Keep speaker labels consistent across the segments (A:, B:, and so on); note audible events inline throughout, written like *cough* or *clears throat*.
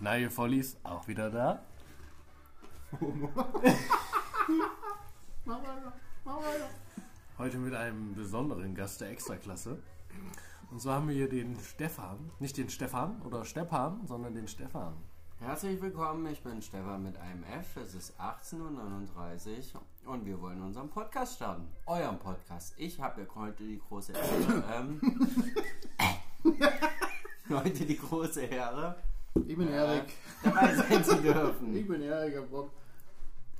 A: Nigel Follies auch wieder da. Heute mit einem besonderen Gast der Extraklasse. Und so haben wir hier den Stefan. Nicht den Stefan oder Steppan, sondern den Stefan.
B: Herzlich willkommen, ich bin Stefan mit einem F. Es ist 18.39 Uhr und wir wollen unseren Podcast starten. Euren Podcast. Ich habe heute die
C: *laughs*
B: große Ehre. Ähm, *laughs* heute die große Ehre,
C: Ich bin Erik.
B: dabei sein zu dürfen.
C: Ich bin Erik, hab Bock.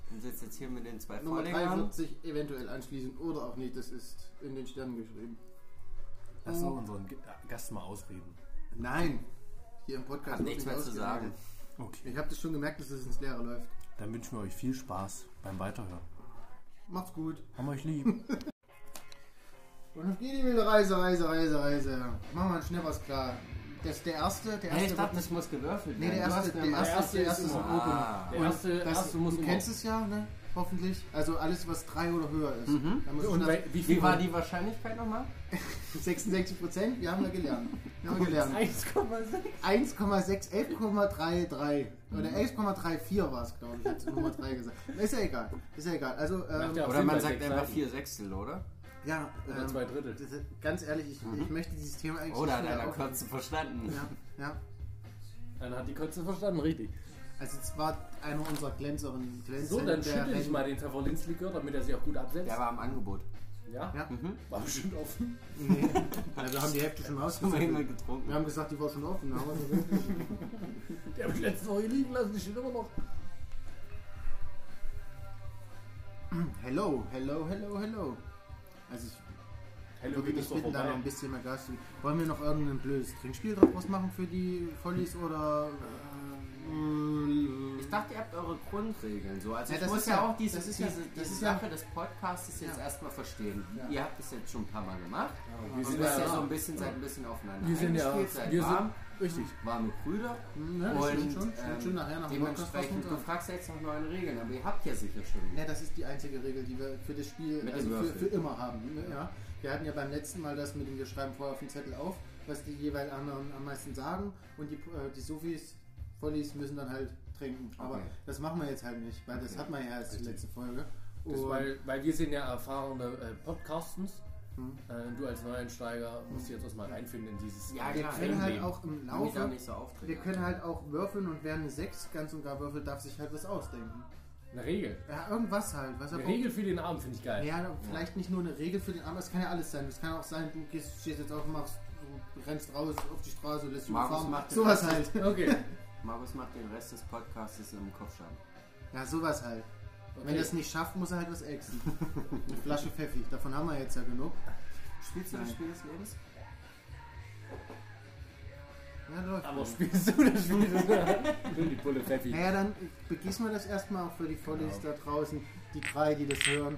B: Und sitzt jetzt hier mit den zwei
C: Nummer
B: Vorlegern.
C: 43 eventuell anschließen oder auch nicht, das ist in den Sternen geschrieben.
A: Lass doch unseren G- äh, Gast mal ausreden.
C: Nein, hier im Podcast.
B: Hab nichts
C: wird
B: mehr
C: nicht
B: zu sagen.
C: ausgeredet.
A: Okay.
C: Ich habe das schon gemerkt, dass es ins Leere läuft.
A: Dann wünschen wir euch viel Spaß beim Weiterhören.
C: Macht's gut.
A: Haben euch lieb.
C: Und auf geht die wilde Reise, Reise, Reise, Reise. Machen wir einen Schneppers klar. Das ist der erste, der erste.
B: Nee, ich dachte, das muss gewürfelt werden.
C: nee, der
B: Du
C: erste,
B: hast mir
C: der
B: mal-
C: erste,
D: erste
C: der
D: ist
C: erste ist ein
D: immer-
C: Open.
B: Ah.
D: *laughs* Der erste,
C: Das,
D: erste muss
C: du
D: immer.
C: kennst es ja, ne? Hoffentlich. Also alles, was drei oder höher ist. Da muss
D: Und
C: ich
D: bei,
C: halt
D: wie viel
B: Wie war die Wahrscheinlichkeit nochmal?
C: 66 Prozent, wir haben da gelernt. Wir haben gelernt.
D: 1,6.
C: 1,6, 11,33 oder 11,34 war es, glaube ich, hat Nummer 3 gesagt. *laughs* Ist ja egal, ist ja egal. Also, ähm,
D: Macht ja auch
B: Oder man
D: bei
B: sagt
D: sechs
B: einfach
D: Seiten.
B: vier Sechstel, oder?
C: ja,
D: Oder
C: ähm,
D: zwei Drittel.
C: das ist- ganz ehrlich, ich, ich möchte dieses Thema eigentlich
B: Oder
C: nicht
B: Mhm. Oh, hat
C: wieder
B: einer
C: aufmachen.
B: kurz verstanden?
C: Ja, ja.
D: Dann hat die Kotze verstanden, richtig.
C: Also, es war einer unserer glänzeren Glänzer.
D: So, dann
C: der
D: schüttel ich
C: Rennen.
D: mal den Tavolins-Likör, damit er sich auch gut absetzt.
B: Der war im Angebot.
D: Ja?
C: Ja,
D: War bestimmt offen.
C: *laughs* nee. Also, wir haben die Hälfte schon
B: Haben wir immer
C: ausgesucht.
B: getrunken.
C: Wir haben gesagt, die war schon offen. Aber
D: Der habe ich letzte Woche liegen lassen, die steht immer noch.
C: hello, hello, hello, hello. Also, ich würde
D: Halloween
C: dich
D: ist doch
C: bitten, da noch ein
D: vorbei.
C: bisschen mehr Gas zu geben. Wollen wir noch irgendein blödes Trinkspiel draus machen für die Follies oder. äh,
B: Ich dachte, ihr habt eure Grundregeln so. Also
C: Ja,
B: ich
C: das
B: muss
C: ist
B: ja
C: ja-
B: auch diese,
C: das ist ja-
B: diese,
C: das
B: diese
C: ist ja-
B: Sache des Podcasts jetzt
C: Ja.
B: erstmal verstehen.
C: Ja.
B: Ihr habt es jetzt schon ein paar Mal gemacht.
D: Wir
B: Und
D: sind
B: wisst ja
D: ja
B: so ein bisschen, seid ein bisschen aufeinander.
D: Wir sind ja-
B: eingespielt, seid
D: wir sind-
B: warm,
D: Richtig.
B: warme Brüder.
C: Ne, das
B: und
C: stimmt schon. Stimmt
B: ähm,
C: schon nachher nach dem Podcast
B: dementsprechend,
C: was
B: du
C: uns
B: fragst jetzt nach neuen Regeln, aber ihr habt ja sicher schon.
C: Ja, Ne, das ist die einzige Regel, die wir für das Spiel
B: Mit
C: also
B: dem
C: für,
B: Würfel.
C: für immer haben. Ne? Ja. Wir hatten ja beim letzten Mal das mit dem, wir schreiben vorher auf den Zettel auf, was die jeweils anderen am meisten sagen und die, äh, die Sufis, Vollis müssen dann halt trinken. Aber
B: Okay.
C: das machen wir jetzt halt nicht, weil das
B: Okay.
C: hat man ja erst die letzte Folge.
D: Das,
C: Und-
D: weil, weil wir sind ja erfahrene äh, Podcastens. Äh, du als Neueinsteiger musst jetzt erstmal reinfinden in dieses.
B: Ja,
C: wir
B: klar.
C: können halt
D: Leben.
C: auch im
B: Ich mich da
C: Laufe
B: nicht so auftreten.
C: Wir können halt auch würfeln und wer eine 6 ganz und gar würfelt, darf sich halt was ausdenken.
D: Eine Regel.
C: Ja, irgendwas halt. Was er
D: Eine
C: braucht.
D: Regel für den Abend finde ich geil.
C: Ja, vielleicht nicht nur eine Regel für den Arm, es kann ja alles sein. Es kann auch sein, du gehst, stehst jetzt auf, machst, du rennst raus auf die Straße, lässt dich
B: Markus
C: überfahren.
B: macht
C: Sowas
B: den
C: halt.
D: Okay.
B: Markus macht den Rest des Podcasts im Kopfstand.
C: Ja, sowas halt. Wenn
D: Okay.
C: er es nicht schafft, muss er halt was exen. eine Flasche Pfeffi, davon haben wir jetzt ja genug.
B: Spielst du das Spiel des Lebens?
C: Ja, läuft.
D: Aber spielst du das *laughs* Spiel? Nur die Pulle Pfeffi.
C: Naja, dann begießen wir das erstmal auch für die Follies da draußen, die drei, die das hören.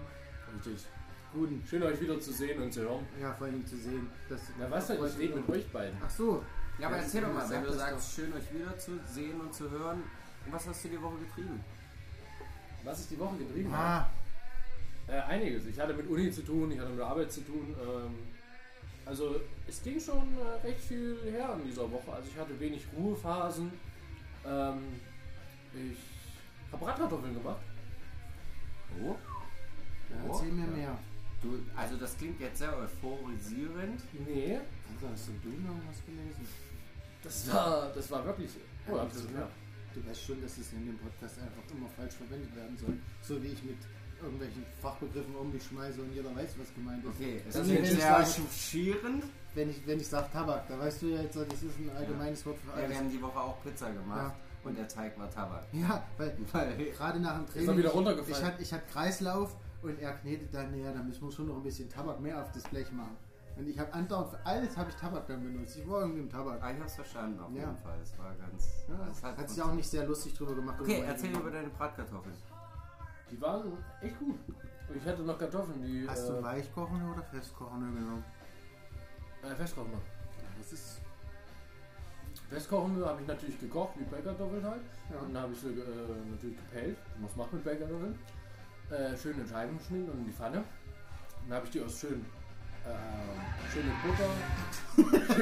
D: Richtig.
C: Guten.
D: Schön euch wieder zu sehen und zu hören.
C: Ja, vor allem zu sehen. Das
D: Na was denn, ich rede mit euch beiden.
C: Ach so.
B: Ja, aber
C: Ja,
B: erzähl doch mal,
C: sag
B: wenn du
C: das
B: sagst, schön euch wieder zu sehen und zu hören, was hast du die Woche getrieben?
D: Was ich die Woche getrieben habe?
C: Ah,
D: Äh, einiges. Ich hatte mit Uni zu tun, ich hatte mit Arbeit zu tun. Ähm, also es ging schon äh, recht viel her in dieser Woche. Also ich hatte wenig Ruhephasen. Ähm, ich habe Bratkartoffeln gemacht.
B: Oh? Oh?
C: erzähl mir mehr.
B: Du, also das klingt jetzt sehr euphorisierend.
D: Nee,
C: Alter, hast du du noch was gelesen?
D: das war, das war wirklich... Oh,
C: Ja,
D: hab ich das
C: das-
D: gemerkt.
C: Du weißt schon, dass es in dem Podcast einfach immer falsch verwendet werden soll. So wie ich mit irgendwelchen Fachbegriffen um mich schmeiße und jeder weiß, was gemeint ist.
B: Okay, es
C: Das
B: ist
C: ist
B: jetzt
C: jetzt
B: sehr
C: sagen-
B: schierend.
C: Wenn ich, wenn ich sage Tabak, da weißt du ja jetzt, das ist ein allgemeines Wort für
B: Ja, wir
C: alles.
B: haben die Woche auch Pizza gemacht
C: Ja.
B: und der Teig war Tabak.
C: Ja, weil
B: Weil
C: gerade nach dem Training.
D: er wieder
C: ich-
D: runtergefallen.
C: Ich hatte ich hatte Kreislauf und er knetet dann näher, da müssen wir schon noch ein bisschen Tabak mehr auf das Blech machen. Und ich habe andauernd für alles habe ich Tabak dann benutzt. Ich war irgendwie im Tabak.
B: ah, ich hab's verstanden auf
C: Ja.
B: jeden Fall. Es war ganz.
C: Ja,
B: es
C: hat, sich auch
B: funktioniert.
C: nicht sehr lustig drüber gemacht.
B: Okay,
C: Irgendwann-
B: erzähl über deine Bratkartoffeln.
D: Die waren echt gut. Ich hatte noch Kartoffeln, die
C: Hast du
D: äh,
C: weichkochende oder festkochende genommen?
D: äh, festkochen machen.
C: Das ist
D: Festkochen habe ich natürlich gekocht, wie Bäckerdoppeln halt.
C: Ja.
D: Und dann habe ich sie äh, natürlich gepellt, wie man es macht mit Bäckerdoppeln. Äh, schön in Scheiben geschnitten und in die Pfanne. Dann habe ich die erst schön, äh, schön mit Butter,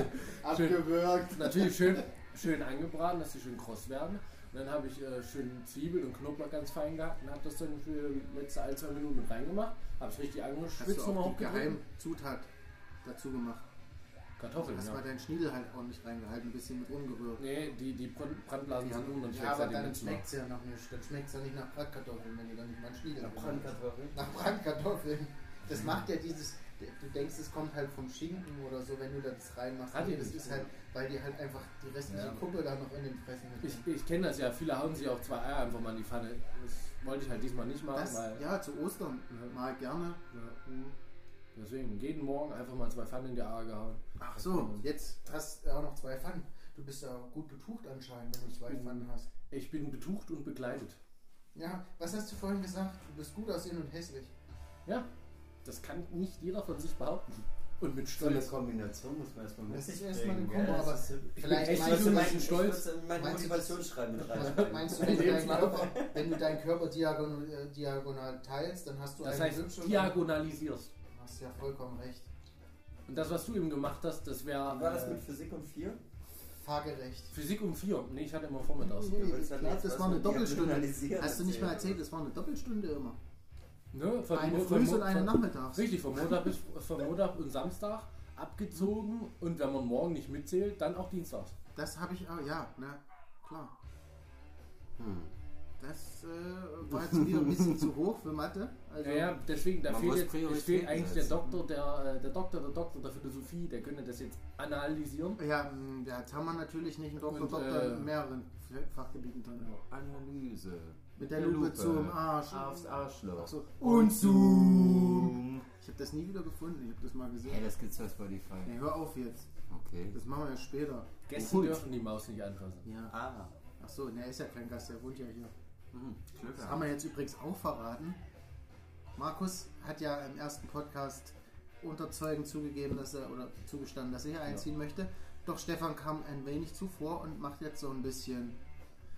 D: *laughs*
C: Abgewürgt.
D: Natürlich schön, schön angebraten, dass die schön kross werden. Und dann habe ich äh, schön Zwiebeln und Knoblauch ganz fein gehackt und habe das dann für die letzte ein, zwei Minuten mit reingemacht. Habe es richtig
C: Hast
D: angeschwitzt
C: du
D: nochmal
C: auch die
D: hochgehoben.
C: Geheimzutat dazu gemacht? Also,
D: Kartoffeln,
C: Hast mal
D: ja.
C: deinen Schniedel halt ordentlich reingehalten, ein bisschen mit rumgerührt.
D: Nee, die, die Brand- Brandblasen sind unten halt
C: Ja, aber dann
D: Münzen
C: schmeckt es ja noch nicht. Dann schmeckt es ja nicht nach Bratkartoffeln, wenn du dann nicht mal einen Schniedel
B: Nach
C: hast.
B: Brandkartoffeln.
C: Nach Brandkartoffeln.
D: Mhm.
C: Das macht ja dieses. Du denkst, es kommt halt vom Schinken oder so, wenn du da das reinmachst.
D: Hat die
C: Nee, das
D: nicht,
C: ist
D: oder?
C: halt, weil die halt einfach die restliche
D: Ja.
C: Kuppe da noch in den Fressen mit
D: Ich, ich kenne das ja, viele hauen sich auch zwei Eier einfach mal in die Pfanne. Das wollte ich halt diesmal nicht machen,
C: Das,
D: weil.
C: ja, zu Ostern
D: Ja.
C: mal gerne.
D: Ja. Mhm. Deswegen, jeden Morgen einfach mal zwei Pfannen in die Eier gehauen.
C: Ach so, jetzt hast du auch noch zwei Pfannen. Du bist ja gut betucht anscheinend, wenn du zwei
D: bin-
C: Pfannen hast.
D: Ich bin betucht und begleitet.
C: Ja, was hast du vorhin gesagt? Du bist gut aussehen
D: *laughs*
C: und hässlich.
D: Ja, das kann nicht jeder von sich behaupten. Und mit
B: So eine
D: Stolz.
B: Kombination muss man erstmal mit
C: Das ist
B: sich
C: erstmal eine
B: bringen,
C: Kombo,
B: gell?
C: aber
B: Das ist-
D: bin
C: Vielleicht
D: echt
B: Ich
C: meinst
B: muss
C: du,
D: so
B: mein,
D: bisschen stolz.
B: stolz in mein
C: Meinst du,
B: Motivationsschreiben mit
C: mein-
B: rein.
C: meinst du, wenn du deinen
D: Lebensläufe.
C: Körper,
D: *laughs*
C: wenn du deinen Körper diagonal, äh, diagonal teilst, dann hast du
D: Das
C: eine
D: heißt,
C: hübsche...
D: diagonalisierst.
C: Du hast ja vollkommen recht.
D: Und das, was du eben gemacht hast, das
B: War das
D: wäre
B: mit Physik und 4?
C: Fahrgerecht.
D: Physik um vier. Nee, ich hatte immer vormittags.
B: Mhm.
C: Nee, ich glaube, das war eine Doppelstunde. Also- Hast du nicht mal erzählt, das war eine Doppelstunde immer.
D: Ne? Von,
C: Eine
D: Mo-
C: Früh
D: Mo-
C: und eine Nachmittags.
D: Richtig, von Montag bis von Montag und Samstag abgezogen und wenn man morgen nicht mitzählt, dann auch dienstags.
C: Das habe ich auch, ja, na, klar.
B: Hm.
C: Das äh, war jetzt wieder ein bisschen zu hoch für Mathe. Also,
D: Ja, ja, deswegen, da
B: Man
D: fehlt,
B: muss
D: jetzt, es fehlt
B: Prioritäten
D: eigentlich der
B: setzen.
D: Doktor der, äh, der Doktor, der Doktor der Philosophie, der könnte das jetzt analysieren.
C: Ja, mm, mh, ja, jetzt haben wir natürlich nicht einen Doktor,
D: Und,
C: Doktor
D: äh,
C: in mehreren F- Fachgebieten drin.
B: Analyse.
C: Mit der Lupe zum Arsch.
B: Aufs Arschloch.
C: Ach so.
B: Und Zoom.
C: Ich habe das nie wieder gefunden, ich habe das mal
B: Ey,
C: gesehen.
B: das gibt's bei Spotify.
C: Ey, hör auf jetzt.
B: Okay.
C: Das machen wir ja später.
D: Gäste
C: Hund.
D: dürfen die Maus nicht anfassen.
C: Ja.
B: Ah.
C: Ach so, ne, ist ja kein Gast, der wohnt ja hier.
B: Hm.
C: Das
B: Glück gehabt.
C: haben wir jetzt übrigens auch verraten. Markus hat ja im ersten Podcast unter Zeugen zugegeben, dass er oder zugestanden, dass er hier einziehen möchte. Doch Stefan kam ein wenig zuvor und macht jetzt so ein bisschen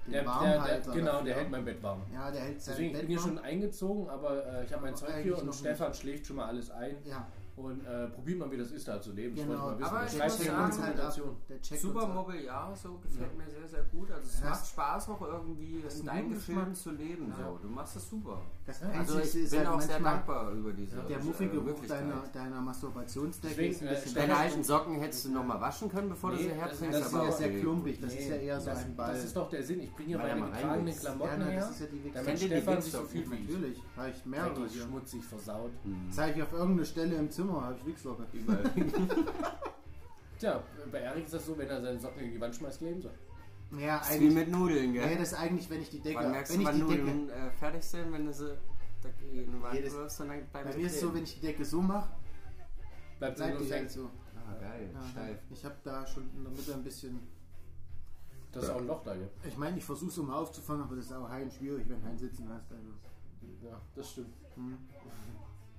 C: den
D: Der, der, der,
C: Warmhalter.
D: genau,
C: dafür.
D: der hält mein Bett warm.
C: Ja, der hält sein
D: Deswegen, ich
C: Bett
D: bin hier
C: warm.
D: schon eingezogen, aber äh, ich habe mein
C: Aber
D: Zeug
C: eigentlich
D: hier und
C: noch
D: Stefan schläft schon mal alles ein
C: Ja,
D: und äh, probiert mal, wie das ist, da zu leben.
C: genau.
D: Ich wollte mal wissen.
B: Aber
D: das
B: ich
D: schreibt
B: muss
D: hier in
B: sagen,
D: die
C: halt ab.
D: Dokumentation.
C: Der checkt
B: Super
C: uns ab.
B: Mobile, ja, so gefällt mir sehr, sehr gut. Also es
C: Ja.
B: macht Spaß auch irgendwie, das
C: Einen
B: in deinem
C: guten
B: Film
C: Geschmack.
B: zu leben.
D: Ja.
B: So. Du machst das super.
C: Das
B: Also
C: Einzige
B: ich
C: ist
B: bin
C: halt
B: auch sehr
C: manchmal
B: dankbar über diese
C: Der
B: äh,
C: muffige Geruch
B: Möglichkeit.
C: deiner, deiner Masturbationsdecke
D: Deswegen,
C: ist ein
D: äh,
C: bisschen...
D: Stefan-
B: Deine alten Socken hättest du nochmal waschen können, bevor du
D: Nee,
B: sie herbringst,
D: das ist
B: aber
D: ja
B: auch
C: sehr
B: okay.
C: klumpig. Das ist ja eher so
D: das,
C: ein Ball.
D: das ist doch ne? der Sinn. Ich bringe hier
B: Weil er
D: meine
B: mal
D: getragenen
B: reinwächst.
D: Klamotten
C: Ja, na,
D: her,
C: das ist ja die
D: damit
B: Kennt ihr die
D: Stefan sich so
B: Wichser?
D: fühlt wie ich.
C: Natürlich, reicht mehrere
D: Dreckig,
C: hier.
D: schmutzig, versaut.
B: Hm.
C: Zeige ich auf irgendeine Stelle im Zimmer, habe ich Wichslocke.
B: Überall.
D: Tja, bei Erik ist das so, wenn er seine Socken in die Wand schmeißt, kleben sie.
C: Ja,
B: Das ist wie
C: eigentlich.
B: mit Nudeln,
C: Ja,
B: gell?
C: das ist eigentlich, wenn ich die Decke.
B: Wann merkst
C: Wenn ich
B: du, wann
C: die Decke.
B: Nudeln äh, fertig sind, wenn du sie dagegen
C: Jedes-
B: wirst und dann bleiben
C: Bei
B: sie
C: mir ist es so,
B: kleben.
C: wenn ich die Decke so mache,
D: Bleibt sie
C: bleibt die
D: bloß
C: Decke
D: hängen.
C: so.
B: Ah, geil,
C: Ja,
B: steif.
C: Ich habe da schon in der Mitte ein bisschen.
D: Das ist auch ein Loch da hier.
C: Ich meine, ich versuche es immer aufzufangen, aber das ist auch heim schwierig, wenn du ein Sitzen hast. Also.
D: Ja, das stimmt.
C: Hm.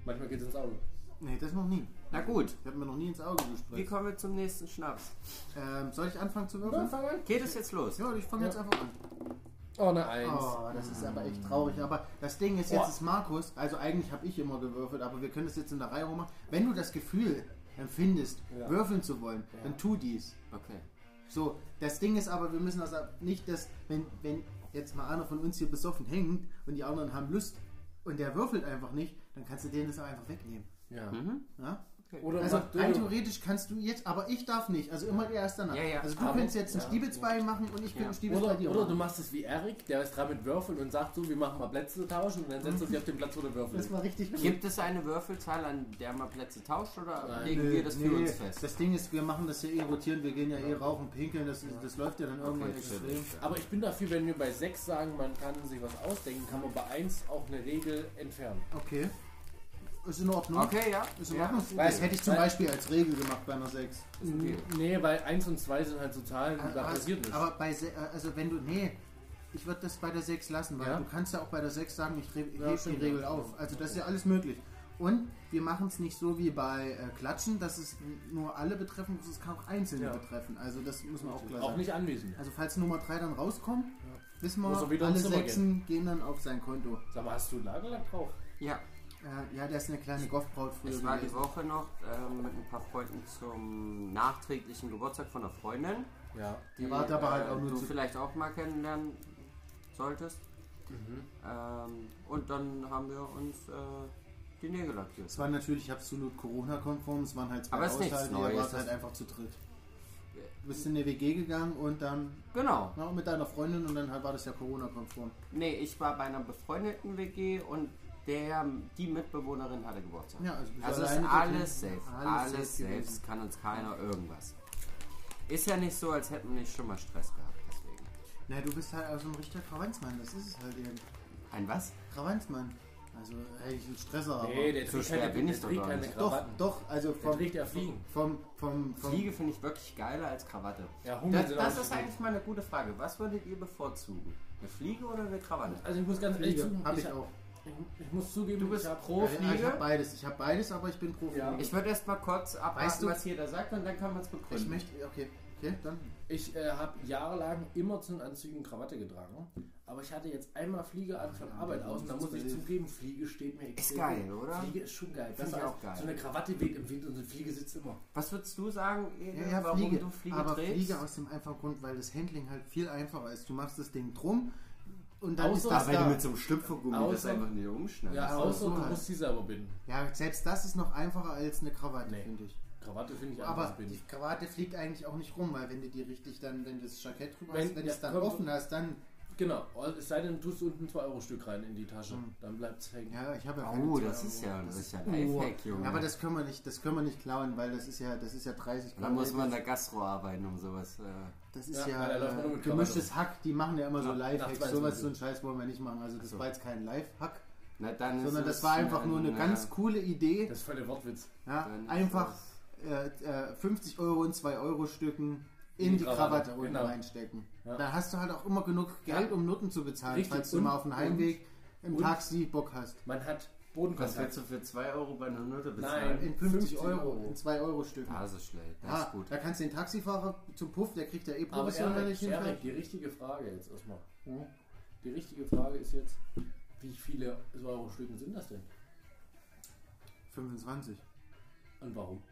D: Manchmal geht es ins Auge.
C: Nee, das noch nie.
B: Na gut,
C: Ich habe mir noch nie ins Auge
B: wie
C: gespritzt.
B: kommen wir zum nächsten Schnaps?
C: Ähm, soll ich anfangen zu würfeln?
D: fang an.
B: Geht es jetzt los?
C: Ja, ich fange
D: Ja.
C: jetzt einfach an.
D: Oh, eine Eins.
C: Oh, das ist aber echt traurig. Aber das Ding ist,
D: Boah.
C: jetzt ist Markus, also eigentlich habe ich immer gewürfelt, aber wir können das jetzt in der Reihe rummachen. Wenn du das Gefühl empfindest,
D: Ja.
C: würfeln zu wollen, dann tu dies.
B: Okay.
C: So, das Ding ist aber, wir müssen das ab- nicht, dass, wenn, wenn jetzt mal einer von uns hier besoffen hängt und die anderen haben Lust und der würfelt einfach nicht, dann kannst du denen das auch einfach wegnehmen.
D: Ja.
B: Mhm.
C: Ja?
D: Oder
C: Also
D: macht
C: rein
D: Dildo.
C: theoretisch kannst du jetzt, aber ich darf nicht. Also immer der erst danach.
B: Ja, ja.
C: Also du
D: Aber-
C: kannst jetzt ein
D: ja.
C: Stiebitzbein machen und ich
B: Ja.
C: kann ein Stiebitzbein
D: Oder,
C: dir
D: oder
C: machen.
D: du machst es wie Erik, der ist dran mit Würfeln und sagt so, wir machen mal Plätze tauschen und dann setzt du dich auf den Platz, wo der Würfel
C: das
D: ist.
C: war richtig gut.
B: Gibt es eine Würfelzahl, an der man Plätze tauscht oder
D: Nein.
B: legen wir das für
C: Nee,
B: uns fest?
C: Das Ding ist, wir machen das ja eh rotieren, wir gehen ja eh rauchen, pinkeln, das, das läuft ja dann irgendwann
B: Okay,
C: extrem.
D: Aber ich bin dafür, wenn wir bei 6 sagen, man kann sich was ausdenken, kann man bei 1 auch eine Regel entfernen.
C: Okay. Ist in Ordnung.
B: Okay, ja.
C: Ist in
B: ja.
C: Ordnung.
D: Weil-
C: das hätte ich zum
D: weil-
C: Beispiel als Regel gemacht bei einer 6.
B: Das ist
C: Mhm.
B: okay.
D: Nee, weil 1 und 2 sind halt so Zahlen, da
C: aber,
D: passiert nichts.
C: aber bei se- also wenn du. Nee, ich würde das bei der 6 lassen, weil
D: Ja?
C: du kannst ja auch bei der 6 sagen, ich re-
D: Ja,
C: hebe
D: stimmt,
C: die Regel
D: ja.
C: auf. Also das ist ja alles möglich. Und wir machen es nicht so wie bei äh, Klatschen, dass es n- nur alle betreffen, es kann auch Einzelne
D: Ja.
C: betreffen. Also das muss man auch klar
D: auch
C: sagen.
D: nicht anwesend.
C: Also falls Nummer 3 dann rauskommt, wissen
D: Muss er
C: wir,
D: wieder
C: alle
D: ins Zimmer
C: Sechsen gehen. dann auf sein Konto.
D: Sag mal, hast du Lagerlack drauf?
B: Ja.
C: Äh, ja, der ist eine kleine Goffbraut früher
B: Ich war die
C: gewesen.
B: Woche noch ähm, mit ein paar Freunden zum nachträglichen Geburtstag von einer Freundin,
A: Ja.
B: die äh,
C: Der war dabei halt auch nur
B: du
C: zu-
B: vielleicht auch mal kennenlernen solltest.
D: Mhm.
B: Ähm, und dann haben wir uns äh, die Nägel lackiert.
C: Es war natürlich absolut Corona-konform, es waren halt zwei
B: Aber ist nichts
C: Haushalte,
B: Neues,
C: ihr wart
B: das-
C: halt einfach zu dritt. Du bist in eine WG gegangen und dann
B: Genau.
C: na, mit deiner Freundin und dann halt war das ja Corona-konform.
B: Nee, ich war bei einer befreundeten WG und der, die Mitbewohnerin hatte Geburtstag.
C: Ja, also, bist
B: Also
C: du
B: ist
C: alleine
B: alles
C: geblieben.
B: safe. Alles,
C: Alles, safe
B: safe.
C: gewesen.
B: Es kann uns keiner irgendwas. Ist ja nicht so, als hätten wir nicht schon mal Stress gehabt. Deswegen.
C: Na, du bist halt also ein richtiger Krawanzmann, das ist es halt eben.
B: Ein was?
C: Krawanzmann. Also eigentlich ein Stresser, aber.
D: Nee, der
B: So
D: trägt
B: schwer
D: keine,
B: bin
D: der
B: ich doch
D: trägt
B: gar
D: keine
B: nicht.
C: doch,
D: Krawatten.
C: doch, also
D: Der
C: vom.
D: trägt ja Fliegen.
C: vom, vom, vom
B: Fliege finde ich wirklich geiler als Krawatte.
D: Ja, Hummeln
B: Das,
D: sind
B: das
D: auch
B: ist
D: nicht
B: eigentlich mal eine gute Frage. Was würdet ihr bevorzugen? Eine Fliege oder eine Krawatte?
D: Also ich muss ganz ehrlich
C: Fliege.
D: zugeben,
C: Hab ich auch.
D: ich, ich muss zugeben,
B: Du bist
D: ich hab-
B: pro
C: Ja, ja, ich
B: Fliege?
C: habe beides. Ich habe beides, aber ich bin Profi.
D: Ja.
B: Ich würde erst mal kurz abwarten,
C: Weißt du-
B: was jeder sagt und dann können wir es
C: Ich,
B: begründen.
C: möchte. Okay, okay, dann.
D: Ich äh, habe jahrelang immer zu den Anzügen Krawatte getragen, aber ich hatte jetzt einmal Fliege an von Arbeit aus und da muss ich zugeben, Fliege steht mir extrem.
B: geil,
D: gut.
B: oder?
D: Fliege ist schon geil.
B: Find
D: Besser
B: ich
D: als
B: auch geil.
D: so eine Krawatte weht im Wind und so eine Fliege sitzt immer.
B: Was würdest du sagen, Ede,
C: Ja, ja,
B: warum
C: Fliege.
B: du Fliege
C: aber
B: trägst?
C: Fliege aus dem einfachen Grund, weil das Handling halt viel einfacher ist. Du machst das Ding drum und dann
D: Außer-
C: ist das
B: Aber wenn
C: da.
B: du mit so einem Schlüpfergummi das
D: Außer-
B: einfach nicht umschneidest.
D: Ja,
C: aber
D: außer
C: so
D: du
C: halt.
D: musst die selber binden.
C: ja, selbst das ist noch einfacher als eine Krawatte,
D: Nee.
C: finde ich.
D: Krawatte finde ich einfach
C: Aber
D: zu
C: die
D: binden.
C: Krawatte fliegt eigentlich auch nicht rum, weil wenn du die richtig dann, wenn du das Jackett drüber
D: Wenn-
C: hast, wenn du
D: ja,
C: es dann
D: komm,
C: offen hast, dann.
D: Genau, es sei denn, du tust unten ein 2-Euro-Stück rein in die Tasche, dann bleibt es hängen.
C: Hm. Ja, ich habe ja keine
B: Oh,
C: zwei
B: das
C: Euro.
B: ist ja, das ist ja ein
C: Oh.
B: Lifehack, Junge.
C: Ja, aber das können wir nicht, das können wir nicht klauen, weil das ist ja, das ist ja 30
B: da muss man in
C: das,
B: der Gastro arbeiten, um sowas. Äh,
C: das ist
D: Ja,
C: ja,
D: weil da läuft man nur
C: äh,
D: mit
C: gemischtes Hack, die machen ja immer so
D: Ja, nach
C: Live-Hacks.
D: 22
C: Sowas
D: Uhr.
C: so einen Scheiß wollen wir nicht machen. Also das
B: Ach so.
C: war jetzt kein Live-Hack,
B: na, dann ist
C: Äh, sondern
B: es
C: das war einfach nur eine
B: ein,
C: ganz coole Idee.
D: Das ist voll der Wortwitz.
C: Ja,
B: dann ist
C: einfach
B: es-
C: äh, äh, 50 Euro in 2 Euro Stücken
D: In
C: in
D: die
C: die
D: Krawatte,
C: Krawatte unten
D: genau.
C: reinstecken.
D: Ja.
C: Dann hast du halt auch immer genug Geld, um Noten zu bezahlen,
D: Richtig,
C: falls du
D: und-
C: mal auf dem
D: und-
C: Heimweg im
D: und-
C: Taxi Bock hast.
D: Man hat
B: Was
D: Bodenkontakt.
B: willst du für 2 Euro bei einer Note bezahlen?
D: Nein.
C: In 50
D: 50
C: Euro,
D: Euro.
C: in 2 Euro Stücken.
B: Das ist schlecht, das
C: Ah,
B: ist gut.
C: Da kannst du den Taxifahrer zum Puff, der kriegt ja eh
D: Aber
C: professionell
D: Erik,
C: nicht hin.
D: Erik, die richtige Frage jetzt erstmal.
C: Ja.
D: Die richtige Frage ist jetzt, wie viele 2-Euro-Stücken sind das denn?
C: 25,
D: Und warum?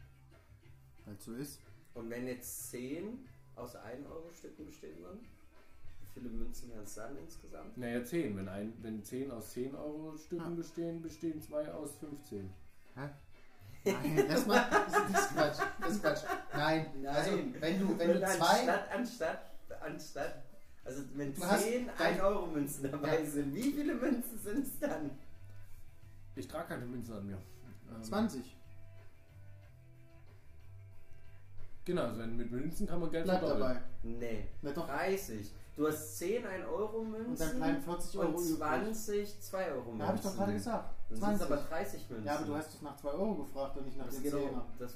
C: weil so ist.
B: Und wenn jetzt 10 aus 1 Euro Stücken bestehen würden, wie viele Münzen wären es dann insgesamt?
D: Naja, 10. Wenn, ein, wenn 10 aus 10 Euro Stücken
C: Ja.
D: bestehen, bestehen 2 aus 15.
C: Hä? Nein, *laughs* das, war, das, das ist Quatsch. Das ist Quatsch. Nein,
E: Nein.
C: also wenn du, wenn du
E: Und
C: zwei.
E: Anstatt, anstatt, anstatt. Also wenn
C: Du hast
E: 10
C: dein-
E: 1-Euro-Münzen dabei
C: Ja.
E: sind, wie viele Münzen sind es dann?
D: Ich trage keine Münzen an mir. Ähm,
C: 20.
D: Genau, also wenn mit Münzen kann man Geld
C: Bleib
D: verdoppeln.
C: dabei.
E: Nee,
C: Na doch.
E: 30. Du hast 10 1-Euro-Münzen
C: Und dann bleiben 40 Euro
E: und
C: übrig.
E: 20 2-Euro-Münzen.
C: Da habe ich doch gerade gesagt.
E: Dann sind es
C: 20.
E: aber 30 Münzen.
C: Ja, aber du hast dich nach 2 Euro gefragt und nicht nach
E: das
C: den
E: geht auch-
C: 10er.
E: Genau. das,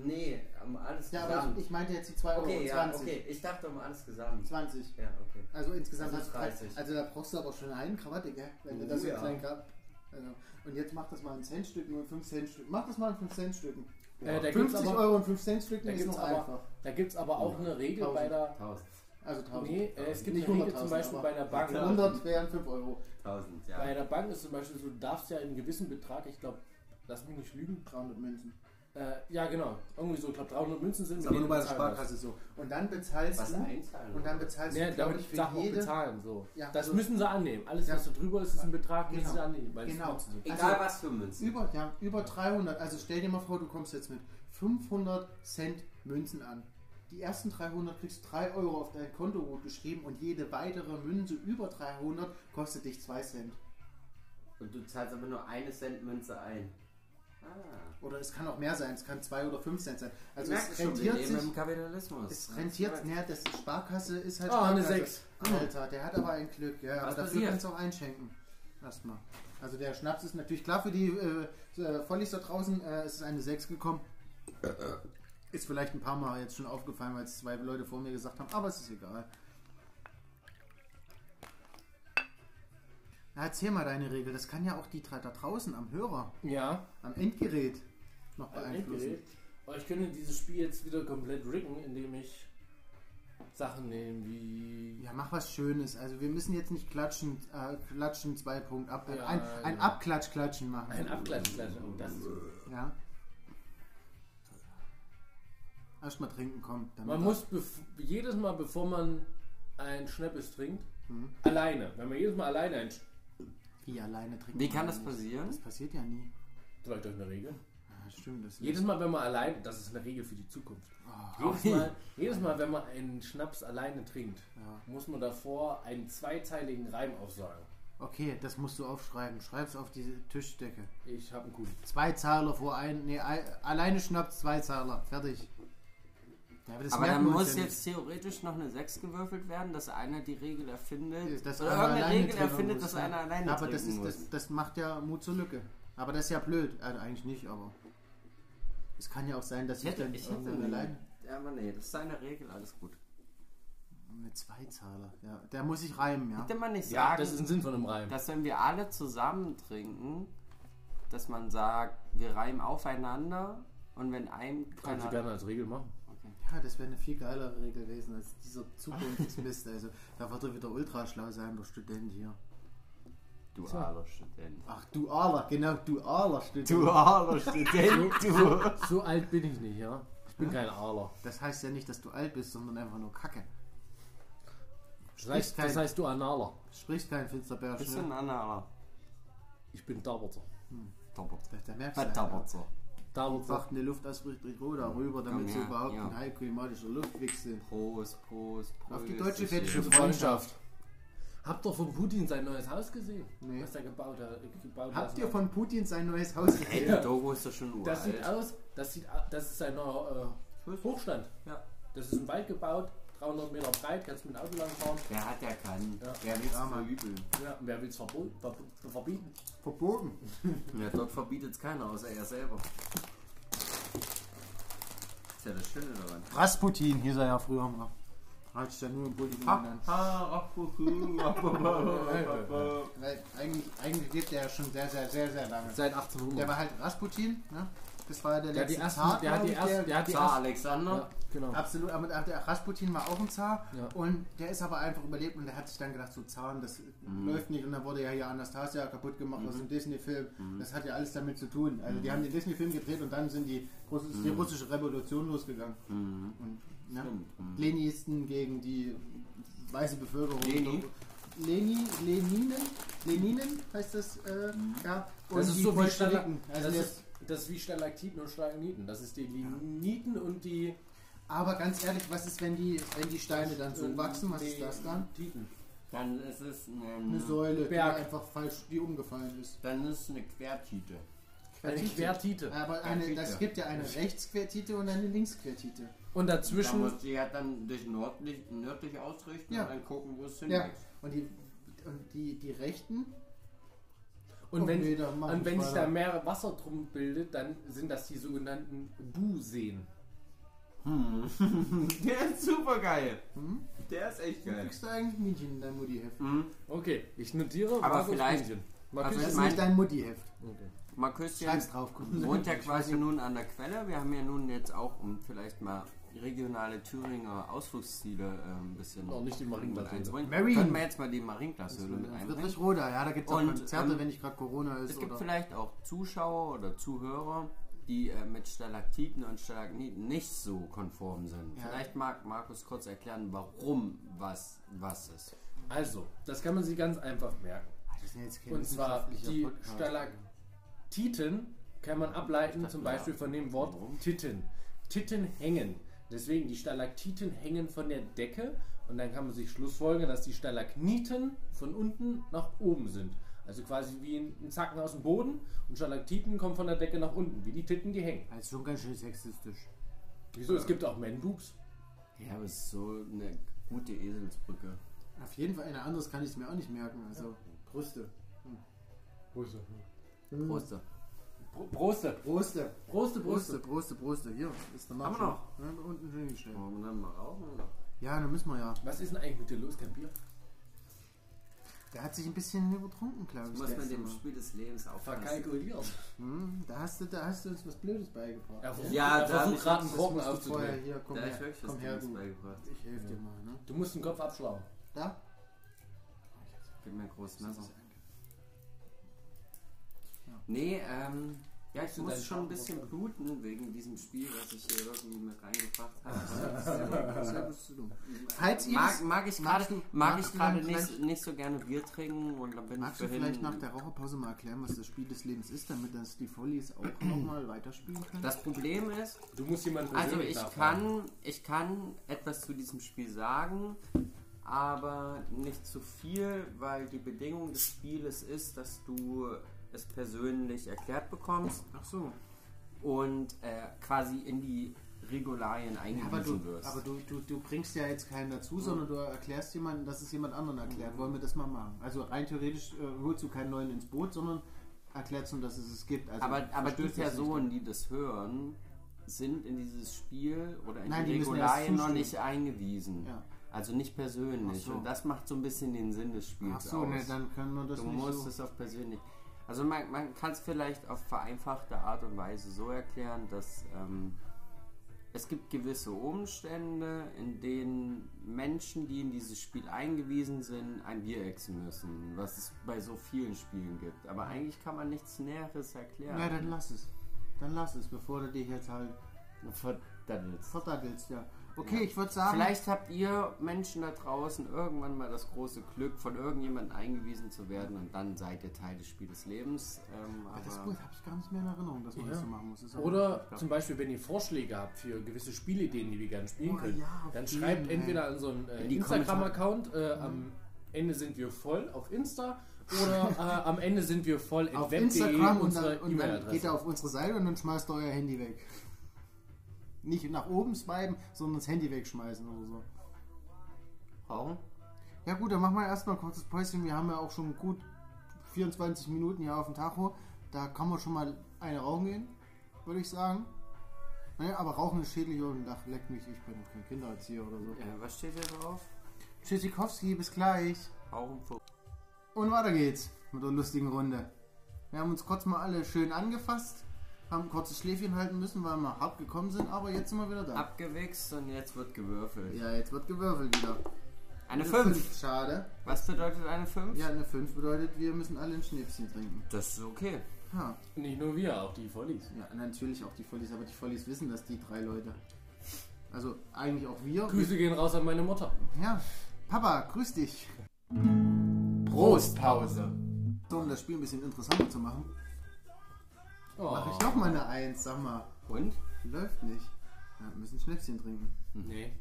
E: Nee, um alles
C: Ja, aber
E: gesamt.
C: ich, ich meinte jetzt die 2 Euro.
E: okay, ja,
C: 20.
E: okay. Ich dachte um alles gesamt.
C: 20.
E: Ja, okay.
C: Also insgesamt
E: Also
C: hast du
E: 30.
C: Also da brauchst du aber schon einen Krawatte, gell? Wenn du das
E: Oh,
C: so
E: ja.
C: klein gab. Also, und jetzt mach das mal in 10 Stücken und 5 Cent Stücken. Mach das mal in 5 Cent Stücken.
D: Äh, da gibt's
C: 50
D: aber,
C: Euro und 5 Cent Stücken
D: da
C: ist
D: gibt's
C: noch
D: aber-
C: einfach.
D: Da gibt es aber auch eine Regel bei der.
B: 1000.
C: Also 1000.
D: Nee, äh, es gibt
C: Nicht
D: eine Regel
C: 100.000,
D: zum Beispiel bei der
C: aber
D: Bank.
C: Für 100 wären 5 Euro.
B: 1000, ja.
D: Bei der Bank ist zum Beispiel so, du darfst ja einen gewissen Betrag, ich glaube, lass mich nicht lügen.
C: 300 Münzen.
D: Äh, ja, genau. Irgendwie so, ich glaube, 300 Münzen sind. mit
C: Das ist aber
D: denen
C: nur bei der
D: du zahlen
C: Sparkasse so. Und dann bezahlst
B: Was
C: du.
B: einzahlen?
C: Und dann bezahlst
D: Nee,
C: du, glaube
D: damit
C: ich,
D: ich
C: für
D: Sachen auch
C: jede.
D: bezahlen. So.
C: Ja,
D: das
C: also-
D: müssen sie annehmen. Alles,
C: Ja.
D: was da drüber ist, ist ein Betrag, müssen
C: Genau.
D: sie annehmen. Weil das
C: Genau.
D: nutzen sie.
B: Egal
C: also-
B: was für Münzen.
C: Über, ja, über 300. Also stell dir mal vor, du kommst jetzt mit 500 Cent Münzen an. Die ersten 300 kriegst du 3 Euro auf dein Konto gut geschrieben und jede weitere Münze über 300 kostet dich 2 Cent.
B: Und du zahlst aber nur eine Cent Münze ein. Ah.
C: Oder es kann auch mehr sein, es kann 2 oder 5 Cent sein. Also
B: Merkst
C: es
B: du schon, wir
C: rentiert
B: leben
C: sich.
B: im Kapitalismus.
C: Es rentiert, ne, das ist Sparkasse ist halt
D: Ah, eine
C: Sparkasse.
D: Sechs.
C: Alter, der hat aber ein Glück, ja, aber
B: Was
C: dafür
B: passiert?
C: kannst du auch einschenken. Erstmal. Also der Schnaps ist natürlich klar für die äh, äh, Vollis da draußen, äh, es ist eine 6 gekommen. Ist vielleicht ein paar Mal jetzt schon aufgefallen, weil es zwei Leute vor mir gesagt haben, aber es ist egal. Na, erzähl mal deine Regel, das kann ja auch die drei da draußen am Hörer,
D: Ja,
C: am Endgerät noch
D: am
C: beeinflussen.
D: Endgerät. Aber ich könnte dieses Spiel jetzt wieder komplett riggen, indem ich Sachen nehmen wie.
C: Ja, mach was Schönes. Also wir müssen jetzt nicht klatschen, äh, klatschen zwei Punkte ab.
D: Ja,
C: ein ein
D: ja.
C: Abklatsch klatschen machen.
D: Ein Abgleichsgleich. Oh, das ist gut.
C: Ja. Erstmal trinken, komm. damit
D: Man
C: auch-
D: muss bef- jedes Mal, bevor man ein Schnappes trinkt,
C: Mhm.
D: alleine. Wenn man jedes Mal alleine ein. Sch-
C: Wie alleine trinken.
B: Wie
C: kann
B: kann
C: man
B: das
C: nicht.
B: passieren?
C: Das passiert ja nie.
D: Das war doch eine Regel.
C: Ja, stimmt, das
D: Jedes Mal, wenn man allein, das ist eine Regel für die Zukunft. *laughs* jedes, Mal, jedes Mal, wenn man einen Schnaps alleine trinkt,
C: Ja.
D: muss man davor einen zweizeiligen Reim aufsagen.
C: Okay, das musst du aufschreiben. Schreib's auf die Tischdecke.
D: Ich habe einen guten.
C: Zwei Zahler vor ein. Nee, ei- alleine schnappt zwei Zahler. Fertig. Ja, das
B: Aber dann
C: merken wir uns
B: muss
C: ja
B: jetzt theoretisch noch eine 6 gewürfelt werden, dass einer die Regel erfindet.
C: nicht. Dass
B: oder
C: einer
B: irgendeine
C: Äh, also alleine
B: Regel
C: trinken
B: erfindet,
C: muss,
B: dass
C: ne?
B: einer alleine
C: Ja, Aber das,
B: trinken
C: ist, das,
B: muss.
C: das macht ja Mut zur Lücke. Aber das ist ja blöd. Also eigentlich nicht, aber. Es kann ja auch sein, dass
B: ich
C: ich
B: hätte,
C: dann
B: ich hätte
C: irgendwann allein.
B: Ja, aber nee, das ist seine Regel, alles gut.
C: Mit zwei Zahler. Ja, der muss ich reimen, ja.
B: Hätte man nicht
D: Ja,
B: sagen,
D: das ist ein Sinn von einem Reim.
B: dass wenn wir alle zusammen trinken, dass man sagt, wir reimen aufeinander und wenn ein
D: Kannst du
B: keiner.
D: gerne als Regel machen.
C: Ja, das wäre eine viel geilere Regel gewesen als dieser Zukunftsmist. Also, da wird er wieder ultra schlau sein, der Student hier.
B: Dualer Student.
C: Ach, dualer, genau, dualer Student.
B: Dualer Student, du. *laughs*
D: So alt bin ich nicht, ja. Ich bin kein Arler.
C: Das heißt ja nicht, dass du alt bist, sondern einfach nur Kacke.
D: Das heißt, das
C: kein-
D: heißt du Analer.
C: Sprichst kein Finsterbär
B: Bist du ein
C: schnell.
B: anderer?
D: Ich bin Daberter.
B: Doppelt.
C: Da, da merkst du
B: Verdammert so.
D: Daberter.
C: Macht eine Luftausbrüchtrichro darüber, damit
B: Komm
C: sie
B: her,
C: überhaupt
B: ja.
C: ein halbklimatischer Luftweg sind.
B: Prost, Prost, Prost.
C: Auf die deutsche
D: Für
C: fettische Freundschaft.
D: Freundschaft. Habt ihr von Putin sein neues Haus gesehen?
C: Nee.
D: Was er gebaut hat. Gebaut
C: Habt
D: lassen
C: ihr
D: hat?
C: von Putin sein neues Haus
B: Hey,
C: gesehen?
B: die Dogo ist doch schon uralt.
D: Das sieht aus, das sieht, a- das ist ein neuer äh, Hochstand.
B: Ja.
D: Das ist im Wald gebaut, 300 Meter breit, kannst mit dem Auto langfahren.
B: Wer hat, der kann.
D: Ja.
B: Wer will's verübeln?
D: Ja, und wer will es verbieten?
C: Verboten.
B: Ja, dort verbietet es keiner, außer er selber. Ist ja das Schöne daran.
C: Rasputin hieß er ja früher mal. Hat sich ja nur im Politikum genannt. Weil eigentlich, eigentlich lebt er ja schon sehr, sehr, sehr, sehr lange.
D: Seit
C: Der
D: 1800.
C: war halt Rasputin, ne? Das war der
D: Der hat die
C: letzte
D: ersten,
C: Zar,
D: der hat die
C: glaub ich,
D: ersten, der hat die
B: Zar
D: ersten.
B: Alexander.
D: Ja, genau.
C: Absolut, aber der- der Rasputin war auch ein Zar
D: Ja.
C: und der ist aber einfach überlebt und der hat sich dann gedacht, so Zaren, das
D: Mhm.
C: läuft nicht und dann wurde ja hier Anastasia kaputt gemacht aus dem Disney-Film.
D: Mhm.
C: Das hat ja alles damit zu tun. Also die haben den Disney-Film gedreht und dann sind die, Russ ist
D: Mhm.
C: die russische Revolution losgegangen.
B: Mhm.
C: Und, ne?
D: Mhm.
C: Leninisten gegen die weiße Bevölkerung.
B: Lenin?
C: Lenin, Leninen, Leninen heißt das, äh, ja. Und
D: Mhm. Das ist
C: die
D: so wie Stalag
C: Bolschewiken. Also
D: das
C: der-
D: ist, das ist wie Stalaktiten und Stalagniten. Das ist die Ligniten und die
C: aber ganz ehrlich, was ist, wenn die, wenn die Steine dann so
D: äh,
C: wachsen? Was
D: die
C: ist das dann?
D: Titen.
B: Dann ist es
C: Eine
B: eine,
C: Säule,
D: Berg.
C: die einfach falsch, die umgefallen ist.
B: dann ist es eine Quertüte.
D: Eine Quertite.
C: Aber eine,
B: Quertite.
C: das gibt ja eine Rechtsquertite und eine Linksquertite.
D: Und
B: Da
D: dazwischen
B: muss sie ja dann dich nördlich, nördlich ausrichten
C: Ja.
B: und dann gucken, wo es
C: Ja.
B: hingeht. *laughs*
C: Und die, und die, die Rechten,
D: Und wenn,
C: Okay, dann mach
D: und
C: ich
D: wenn sich
C: weiter.
D: da mehr Wasser drum bildet, dann sind das die sogenannten Buseen.
B: Der ist super geil. Der ist echt geil.
C: kriegst du eigentlich München in dein Mutti-Heft.
B: Mhm.
D: Okay, ich notiere.
B: Aber Markus vielleicht- München.
D: Markus,
B: Also
C: Das ist
B: mein-
C: nicht dein Mutti-Heft.
B: Man küsst ja
C: Schreib's drauf. guck.
B: wohnt ja quasi nun an der Quelle. Wir haben ja nun jetzt auch, um vielleicht mal regionale Thüringer Ausflugsziele äh, ein bisschen
D: Noch nicht die Marienglashöhle.
B: einzubringen.
C: Marien.
B: Können wir jetzt mal die Marienglashöhle mit einbringen.
C: Friedrich Roder, ja, da gibt's auch
B: Und,
C: Konzerte,
B: ähm,
C: wenn nicht gerade Corona ist.
B: Es gibt
C: Oder
B: vielleicht auch Zuschauer oder Zuhörer, die äh, mit Stalaktiten und Stalagniten nicht so konform sind.
C: Ja.
B: Vielleicht mag Markus kurz erklären, warum was was ist.
D: also, das kann man sich ganz einfach merken.
C: das sind jetzt kein
D: Und zwar
C: wissenschaftlicher
D: die
C: Podcast.
D: Stalaktiten kann man ableiten, zum Beispiel von dem Wort Titten. Titten hängen. Deswegen, die Stalaktiten hängen von der Decke und dann kann man sich schlussfolgern, dass die Stalagniten von unten nach oben sind. Also quasi wie ein ein Zacken aus dem Boden und Stalaktiten kommen von der Decke nach unten, wie die Titten, die hängen.
C: Das ist schon ganz schön sexistisch.
D: Wieso? Es gibt auch Men-Boobs.
B: Ja, aber es ist so eine gute Eselsbrücke.
C: Auf jeden Fall, ein anderes kann ich es mir auch nicht merken. Also, Brüste.
D: Brüste.
B: Prost.
D: Proste.
C: Brüste.
D: Proste,
C: Brüste,
D: Brüste.
C: Brüste, Brüste. Hier ist der Mann.
B: Haben wir
C: schon. Ja, unten schön gestellt.
B: Wollen wir dann mal rauchen? Oder?
C: Ja, dann müssen wir ja.
D: Was ist denn eigentlich mit dir los, kein Bier?
C: Der hat sich ein bisschen übertrunken, glaube ich.
B: Muss
C: das
B: man
C: letzte
B: dem
C: Mal.
B: Spiel des Lebens aufpassen.
E: Verkalkuliert.
C: Hm, da, hast du, da hast du uns was Blödes beigebracht.
D: Er versucht,
B: Ja,
D: er
B: da hab
D: versucht
B: ich-
D: gerade einen
C: das
D: Korken
C: musst du vorher
D: aufzudrehen.
C: hier, komm
B: Da
C: her,
B: ist wirklich
C: komm
B: was
C: her,
B: Lebens
C: du.
B: beigebracht.
C: Ich helfe dir mal, ne?
D: Du musst den Kopf abschlagen.
C: Da? Also,
B: Gib mir ein großes
C: Das
B: Messer.
C: ist ein-
B: Nee, ähm, ja, ich
D: du
B: muss
D: deinen
B: schon ein
D: Schaden
B: bisschen
D: loswerden?
B: bluten wegen diesem Spiel, was ich hier irgendwie mit reingebracht habe.
C: das ist ja was zu tun. Falls ihr
B: mag,
C: das-
B: mag ich
C: magst
B: gerade
C: du-
B: mag
C: magst
B: ich
C: du
B: gerade
C: dann
B: nicht,
C: vielleicht-
B: nicht so gerne Bier trinken und dann bin
C: Magst
B: ich
C: du
B: vorhin
C: vielleicht nach der Raucherpause mal erklären, was das Spiel des Lebens ist, damit das die Follies auch
B: *clears throat*
C: nochmal weiterspielen können?
B: Das Problem ist,
D: Du musst jemanden
B: also
D: persönlich
B: ich
D: nachfragen.
B: kann ich kann etwas zu diesem Spiel sagen, aber nicht zu viel, weil die Bedingung des Spieles ist, dass du es persönlich erklärt bekommst.
C: Ach so.
B: und äh, quasi in die Regularien
C: Aber,
B: eingewiesen
C: du,
B: wirst.
C: aber du, du, du bringst ja jetzt keinen dazu, sondern du erklärst jemanden, dass es jemand anderen erklärt.
B: Mhm.
C: Wollen wir das mal machen? Also rein theoretisch äh, holst du keinen neuen ins Boot, sondern erklärst nur, dass es es gibt. Also
B: aber, aber die
C: verstößt das
B: Personen, die das hören, sind in dieses Spiel oder in
C: Nein,
B: die
C: die müssen erst
B: Regularien noch
C: zustimmen.
B: nicht eingewiesen.
C: nicht. Ja.
B: Also nicht persönlich.
C: Ach so.
B: Und das macht so ein bisschen den Sinn des Spiels
C: Ach so,
B: aus.
C: ne, dann können wir das
B: du
C: nicht
B: musst
C: so.
B: es auf persönlich. Also man, man kann es vielleicht auf vereinfachte Art und Weise so erklären, dass ähm, es gibt gewisse Umstände, in denen Menschen, die in dieses Spiel eingewiesen sind, ein Bier exen müssen, was es bei so vielen Spielen gibt. Aber eigentlich kann man nichts Näheres erklären.
C: Ja, dann lass es. Dann lass es, bevor du dich jetzt halt
B: Verdammt.
C: verdattelst, ja. Okay,
B: Ja.
C: ich würde sagen,
B: Vielleicht habt ihr Menschen da draußen irgendwann mal das große Glück, von irgendjemandem eingewiesen zu werden und dann seid ihr Teil des Spiels des Lebens. Ähm,
C: Ah, das
B: aber
C: Boot habe ich gar nicht mehr in Erinnerung, dass man
D: Ja.
C: das so machen muss. Das ist aber-
D: Oder zum Beispiel, wenn ihr Vorschläge habt für gewisse Spielideen, die wir gerne spielen
C: Oh,
D: können,
C: ja, auf
D: dann
C: jeden, Mhm.
D: schreibt
C: ey.
D: entweder an so einen äh,
B: In die
D: Instagram-Account, äh, am Ende sind wir voll auf Insta oder äh, am Ende sind wir voll at
C: auf
D: web.de,
C: Instagram und
D: unsere
C: dann, und dann geht
D: E-Mail-Adresse.
C: er auf unsere Seite und dann schmeißt er euer Handy weg. Nicht nach oben swipen, sondern das Handy wegschmeißen oder so.
B: Rauchen?
C: Ja gut, dann machen wir erstmal ein kurzes Päuschen. Wir haben ja auch schon gut 24 Minuten hier auf dem Tacho. Da kann man schon mal eine rauchen gehen, würde ich sagen. Naja, aber Rauchen ist schädlich und ach, leck mich, ich bin kein Kindererzieher oder so.
B: Äh, was steht hier drauf?
C: Tschüssikowski, bis gleich.
B: Rauchen vor.
C: Und weiter geht's mit der lustigen Runde. Wir haben uns kurz mal alle schön angefasst, haben ein kurzes Schläfchen halten müssen, weil wir hart gekommen sind, aber jetzt sind wir wieder da.
B: Abgewichst und jetzt wird gewürfelt.
C: Ja, jetzt wird gewürfelt wieder.
B: Eine
C: Fünf,
B: 5.
C: Schade.
B: Was bedeutet eine 5?
C: Ja, eine 5 bedeutet, wir müssen alle ein Schnäpschen trinken.
B: Das ist okay.
C: Ha.
D: Nicht nur wir, auch die Vollies.
C: Ja, natürlich auch die Vollies, aber die Vollies wissen, dass die drei Leute. Also eigentlich auch wir.
D: Grüße gehen raus an meine Mutter.
C: Ja. Papa, grüß dich.
B: Prostpause.
C: So, um das Spiel ein bisschen interessanter zu machen,
D: Oh.
C: mache ich nochmal eine 1, sag mal.
B: Und?
C: Läuft nicht. Ja, wir müssen Schnäpschen trinken.
D: Nee.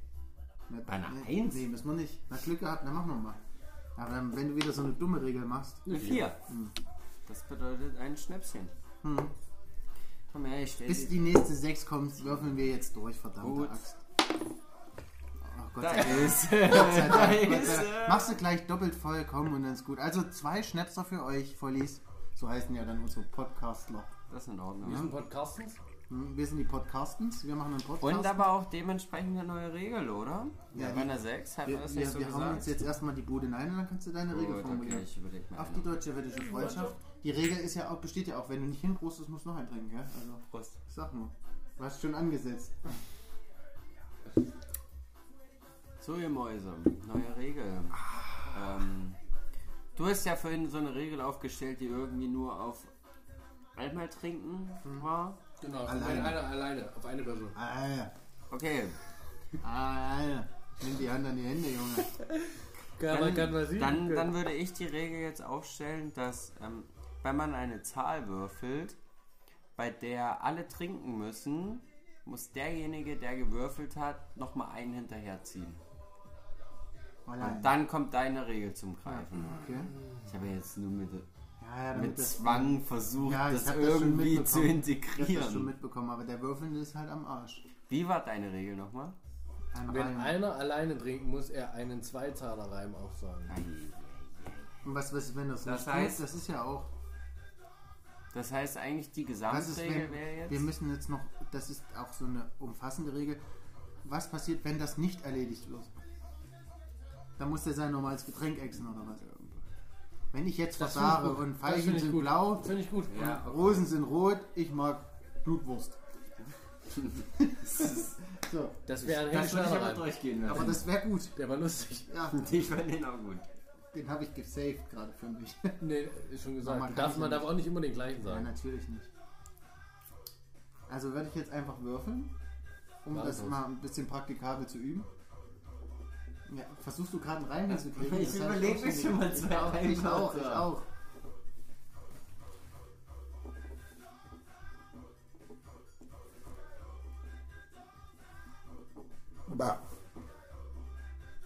C: Na,
B: Bei einer
C: ne,
B: Eins?
C: Nee, müssen wir nicht. Na, Glück gehabt, dann machen wir mal. Aber dann, wenn du wieder so eine dumme Regel machst.
B: Eine 4. Das bedeutet ein Schnäpschen.
C: Hm.
B: Komm her, ich stell
C: Bis
B: dir.
C: die nächste 6 kommt, würfeln wir jetzt durch, verdammte
B: Gut.
C: Axt. Oh, Gott
B: Da
C: sei Dank. *laughs*
B: ist.
C: Gott sei Dank. Gott
B: ist
C: sei Dank. Machst du gleich doppelt voll, komm und dann ist gut. Also zwei Schnäpser für euch, Vollies. So heißen ja dann unsere Podcastler.
B: Das ist in
D: Wir
B: Ordnung.
D: sind Podcastens.
C: Hm, Wir sind die Podcastens, wir machen einen Podcast.
B: Und aber auch dementsprechend eine neue Regel, oder?
C: Ja,
B: Ja,
C: die-
B: bei einer 6 hat
C: wir,
B: man das nicht
C: wir,
B: so
C: wir haben
B: gesagt.
C: uns jetzt erstmal die Bude nein und dann kannst du deine Regel
B: Gut, okay,
C: formulieren.
B: ich überleg mal.
C: Auf die
B: eine.
C: deutsche-schwedische Freundschaft. Die Regel ist ja auch, besteht ja auch, wenn du nicht hinprustest, musst du noch einen trinken, gell? Also,
B: Prost.
C: sag nur. Du hast schon angesetzt.
B: So, ihr Mäuse, neue Regel. Ähm, du hast ja vorhin so eine Regel aufgestellt, die irgendwie nur auf einmal trinken war.
D: Genau,
C: Alleine.
D: alleine. Einer, alleine, auf eine Person.
C: Ah, ja.
B: Okay,
C: Ah, ja. Nimm die Hand an die Hände, Junge.
D: Kann,
B: Dann-
D: kann man sehen.
B: dann, dann würde ich die Regel jetzt aufstellen, dass ähm, wenn man eine Zahl würfelt, bei der alle trinken müssen, muss derjenige, der gewürfelt hat, nochmal einen hinterherziehen.
C: Allein.
B: Und dann kommt deine Regel zum Greifen.
C: Okay.
B: Ich habe jetzt nur mit,
C: Ja, ja, damit
B: mit
C: das-
B: Zwang versucht,
C: Ja, ich
B: das
C: hab das schon
B: irgendwie zu
C: mitbekommen. Ich hab das schon
B: integrieren.
C: mitbekommen, aber der Würfelnde ist halt am Arsch.
B: Wie war deine Regel nochmal?
C: Ein
D: Wenn
C: Reim.
D: einer alleine trinkt, muss er einen Zweizahlerreim aufsagen.
C: Und was, was ist, wenn das,
B: Das
C: nicht
B: heißt-
C: tut? Das ist ja auch.
B: Das heißt eigentlich, die
C: Was ist,
B: Gesamtregel
C: wenn,
B: wäre jetzt.
C: wir müssen jetzt noch, das ist auch so eine umfassende Regel. Was passiert, wenn das nicht erledigt wird? Dann muss der sein normales Getränk exen oder was? Wenn ich jetzt was
D: Das find ich
C: sage
D: gut.
C: und
D: Das find
C: Veilchen
D: ich
C: sind
D: gut.
C: blau,
D: Finde ich gut.
B: Ja, okay.
C: Rosen sind rot, ich mag
D: *laughs*
C: Blutwurst. *laughs* so,
D: Das wäre ein
B: Das würde ich aber
D: Hexenschneider.
B: durchgehen lassen.
C: aber das wäre gut.
D: Der war lustig.
C: Ja,
B: *laughs* ich fand den auch gut.
C: den habe ich gesaved gerade für mich.
D: Nee, ist schon gesagt.
C: Nochmal
D: Man
C: kann
D: darf,
C: ich
D: man
C: ja
D: darf auch nicht immer den gleichen
C: Nein,
D: sagen.
C: natürlich nicht. Also würde ich jetzt einfach würfeln, um
D: Warte
C: das
D: kurz.
C: mal ein bisschen praktikabel zu üben. Ja, versuchst du Karten rein,
B: *laughs*
C: wenn du
B: Ich überleg mir schon mal zwei
C: Ich
B: Reihen
C: auch, ich
B: weiter.
C: auch.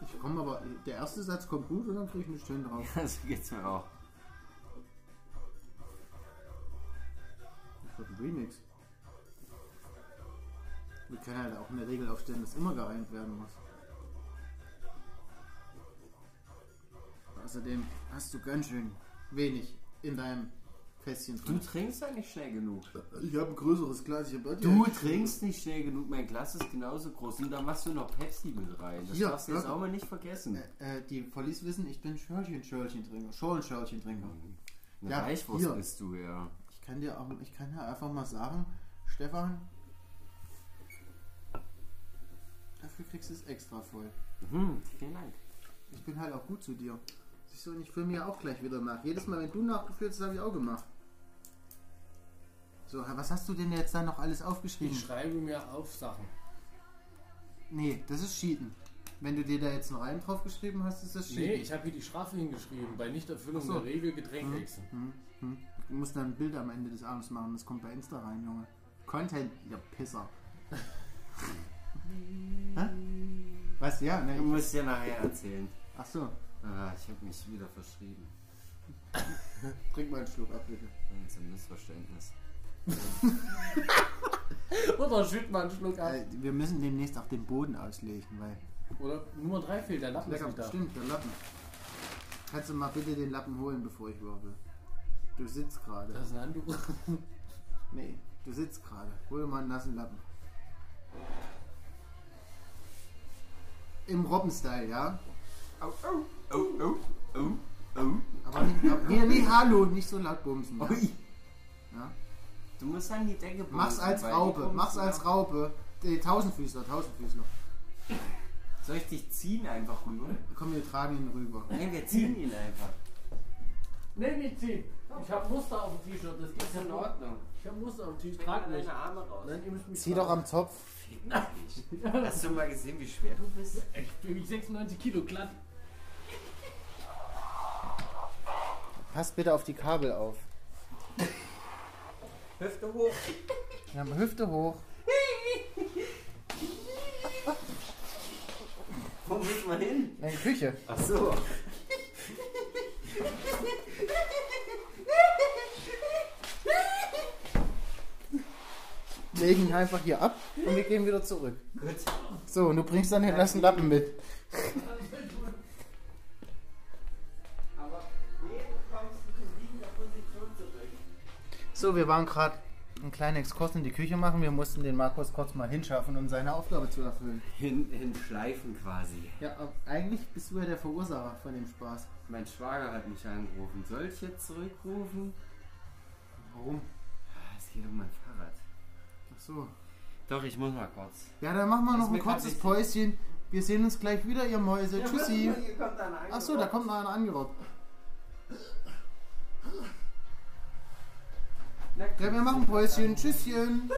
C: Ich komme aber, der erste Satz kommt gut und dann kriege ich eine Stunde drauf.
B: Ja, so geht's mir auch.
C: Das wird ein Remix. Wir können halt auch eine Regel aufstellen, dass immer gereimt werden muss. Außerdem hast du ganz schön wenig in deinem Fässchen
B: Du
C: drin.
B: trinkst ja nicht schnell genug.
C: Ich habe ein größeres Glas, ich habe
B: Du trinkst nicht schnell genug, mein Glas ist genauso groß und da machst du noch Pepsi mit rein. Das
C: Ja,
B: darfst du jetzt
C: locker.
B: auch mal nicht vergessen.
C: Äh, äh, die Police wissen, ich bin Schörlchen-Schörlchen-Trinker. Schorlen-Schörlchen-Trinker.
B: Eine
C: Ja,
B: Reichwurst
C: hier.
B: bist du ja.
C: Ich kann dir auch, ich kann ja einfach mal sagen, Stefan, dafür kriegst du es extra voll.
B: Hm, vielen Dank.
C: Ich bin halt auch gut zu dir. Siehst du, und ich fülle mir auch gleich wieder nach. Jedes Mal, wenn du nachgefüllt hast, habe ich auch gemacht. So, was hast du denn jetzt da noch alles aufgeschrieben?
D: Ich schreibe mir auf Sachen.
C: nee, das ist Cheaten. Wenn du dir da jetzt einen Reim drauf geschrieben hast, ist das Cheaten.
D: Nee, ich habe hier die Strafe hingeschrieben. Bei Nichterfüllung
C: Ach so.
D: der Regel Getränk wechseln.
C: Du musst dann ein Bild am Ende des Abends machen. Das kommt bei Insta rein, Junge. Content, ihr
D: *laughs*
C: Pisser. Hä? Was? Ja,
B: Du
C: ne?
B: musst ja nachher erzählen.
C: Ach so.
B: Ah, ich habe mich wieder verschrieben.
C: Trink mal einen Schluck ab, bitte.
B: Irgend so ein Missverständnis.
D: Oder schütt mal einen Schluck ab.
C: Äh, wir müssen demnächst auch den Boden auslegen, weil
D: Oder Nummer 3 fehlt, der Lappen ist
C: Lecker,
D: nicht da.
C: stimmt, der Lappen. Kannst du mal bitte den Lappen holen, bevor ich würfel? Du sitzt gerade.
D: Das ist ein Handtuch. *laughs*
C: Nee, du sitzt gerade. Hol mal einen nassen Lappen. Im Robben-Style, ja?
B: Au, au, au, au, au, au.
C: Aber nicht, aber, nee, nee, hallo, nicht so laut bumsen. Ja? Ja?
B: Du musst an die Decke
C: Mach's
B: bumsen,
C: als
B: weil die
C: Raupe,
B: kommen
C: mach's
B: zu-
C: als Raupe. Äh, Tausendfüßler, Tausendfüßler.
B: Soll ich dich ziehen einfach rüber?
C: Komm, wir tragen ihn rüber.
B: Nein, wir
C: *laughs*
B: ziehen ihn einfach.
D: Nee, nicht ziehen. Ich habe Muster auf dem T-Shirt. Das gibt's ja
E: In
D: noch.
E: Ordnung.
D: Ich habe Muster auf dem T-Shirt.
E: Trag
D: Trag mich.
E: deine Arme raus.
C: Ne?
D: Nein, ihr müsst mich
C: Zieh doch am Zopf.
B: *laughs* Hast du mal gesehen, wie schwer du bist?
D: Ich bin mich 96 Kilo glatt.
C: Passt bitte auf die Kabel auf.
E: Hüfte hoch.
C: Wir haben Hüfte hoch.
B: Wo muss man hin?
C: In die Küche.
B: Ach so.
C: legen ihn einfach hier ab und wir gehen wieder zurück.
B: Gut.
C: So, und du bringst dann den nassen Lappen mit.
E: Aber nee, du kommst in liegender Position zurück.
C: So, wir waren gerade einen kleinen Exkurs in die Küche machen. Wir mussten den Markus kurz mal hinschaffen, um seine Aufgabe zu erfüllen.
B: Hin, hinschleifen quasi.
C: Ja, aber eigentlich bist du ja der Verursacher von dem Spaß.
B: Mein Schwager hat mich angerufen. Soll ich jetzt zurückrufen?
C: Warum?
B: Ah, Es geht um mein Fahrrad.
C: Ach so.
B: Doch, ich muss mal kurz.
C: Ja, dann machen wir
B: Ist
C: noch ein
B: mir grad
C: kurzes
B: wichtig.
C: Päuschen. Wir sehen uns gleich wieder, ihr Mäuse. Tschüssi.
E: Hier kommt dann ein
C: Ach so, da kommt noch einer angerobbt. Ja, wir machen Päuschen. Tschüsschen.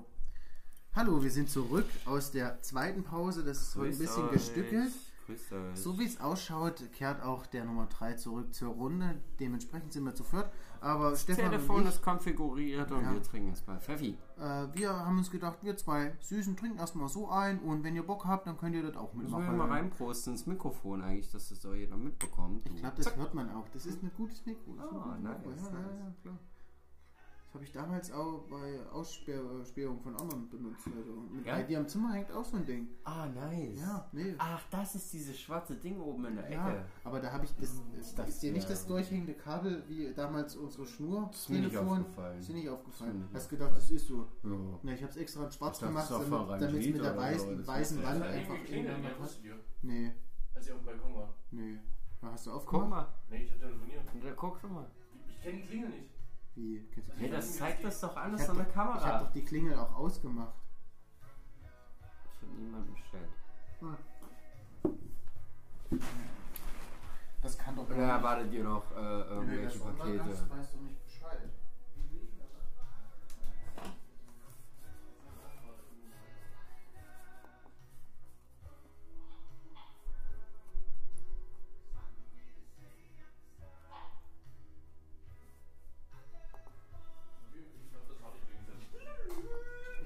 C: Hallo, wir sind zurück aus der zweiten Pause. Das ist heute ein bisschen gestückelt.
B: Grüß euch.
C: So wie es ausschaut, kehrt auch der Nummer 3 zurück zur Runde. Dementsprechend sind wir zu viert. Aber
B: das
C: Stefan
B: Telefon
C: und ich,
B: ist konfiguriert und
C: Ja.
B: wir trinken erstmal Pfeffi.
C: äh, wir haben uns gedacht, wir zwei Süßen trinken erstmal so ein und wenn ihr Bock habt, dann könnt ihr das auch
B: Müssen wir
C: mitmachen.
B: mal reinprosten ins Mikrofon eigentlich, dass das doch jeder mitbekommt. Du.
C: Ich glaube, das hört man auch. Das ist ein gutes Mikro. Das ist ein
B: Ah,
C: gutes Mikro.
B: nice,
C: ja, ja,
B: nice.
C: ja, klar. Das habe ich damals auch bei Aussperrung von anderen benutzt. Also. Mit
B: Ja?
C: bei dir im Zimmer hängt auch so ein Ding.
B: Ah, nice.
C: Ja, nee.
B: Ach, das ist dieses schwarze Ding oben in der Ecke. Hm,
C: Ja, aber da habe ich das, ist,
B: Das
C: ist dir nicht
B: wär-
C: das durchhängende Kabel wie damals unsere Schnur
B: Ist mir nicht aufgefallen.
C: Ist dir nicht
B: Ist mir
C: aufgefallen.
B: nicht
C: Hast gedacht, das ist so.
B: Ja.
C: Na, ich habe es extra in schwarz
B: Ich dachte,
C: gemacht,
B: das ist auf
C: damit
B: einem
C: damit es
B: Lied
C: mit der
B: oder
C: weißen,
B: so. Das
C: weißen
B: muss ja
C: Wand
B: sein.
C: einfach
D: Klingel,
C: ineinander
D: ja,
C: passt.
D: wusstet ihr,
C: Nee,
D: als ihr auf dem Balkon war.
C: nee. Da hast du
B: Guck
C: aufgemacht?
B: mal,
D: Nee, ich hab telefoniert.
B: da guck doch mal.
D: Ich kenne die Klingel nicht.
C: Wie? Kennst du
B: Hey,
C: die
D: Ja,
B: das zeigt das doch
C: Ich
B: alles
C: hab
B: an der
C: doch- Ich habe
B: Kamera.
C: doch die Klingel auch ausgemacht.
B: Ich hab niemand bestellt.
C: Das kann doch
B: Und dann erwartet ihr noch äh,
C: Wenn du
B: irgendwelche
C: das online
B: Pakete.
C: hast, weißt du nicht Bescheid.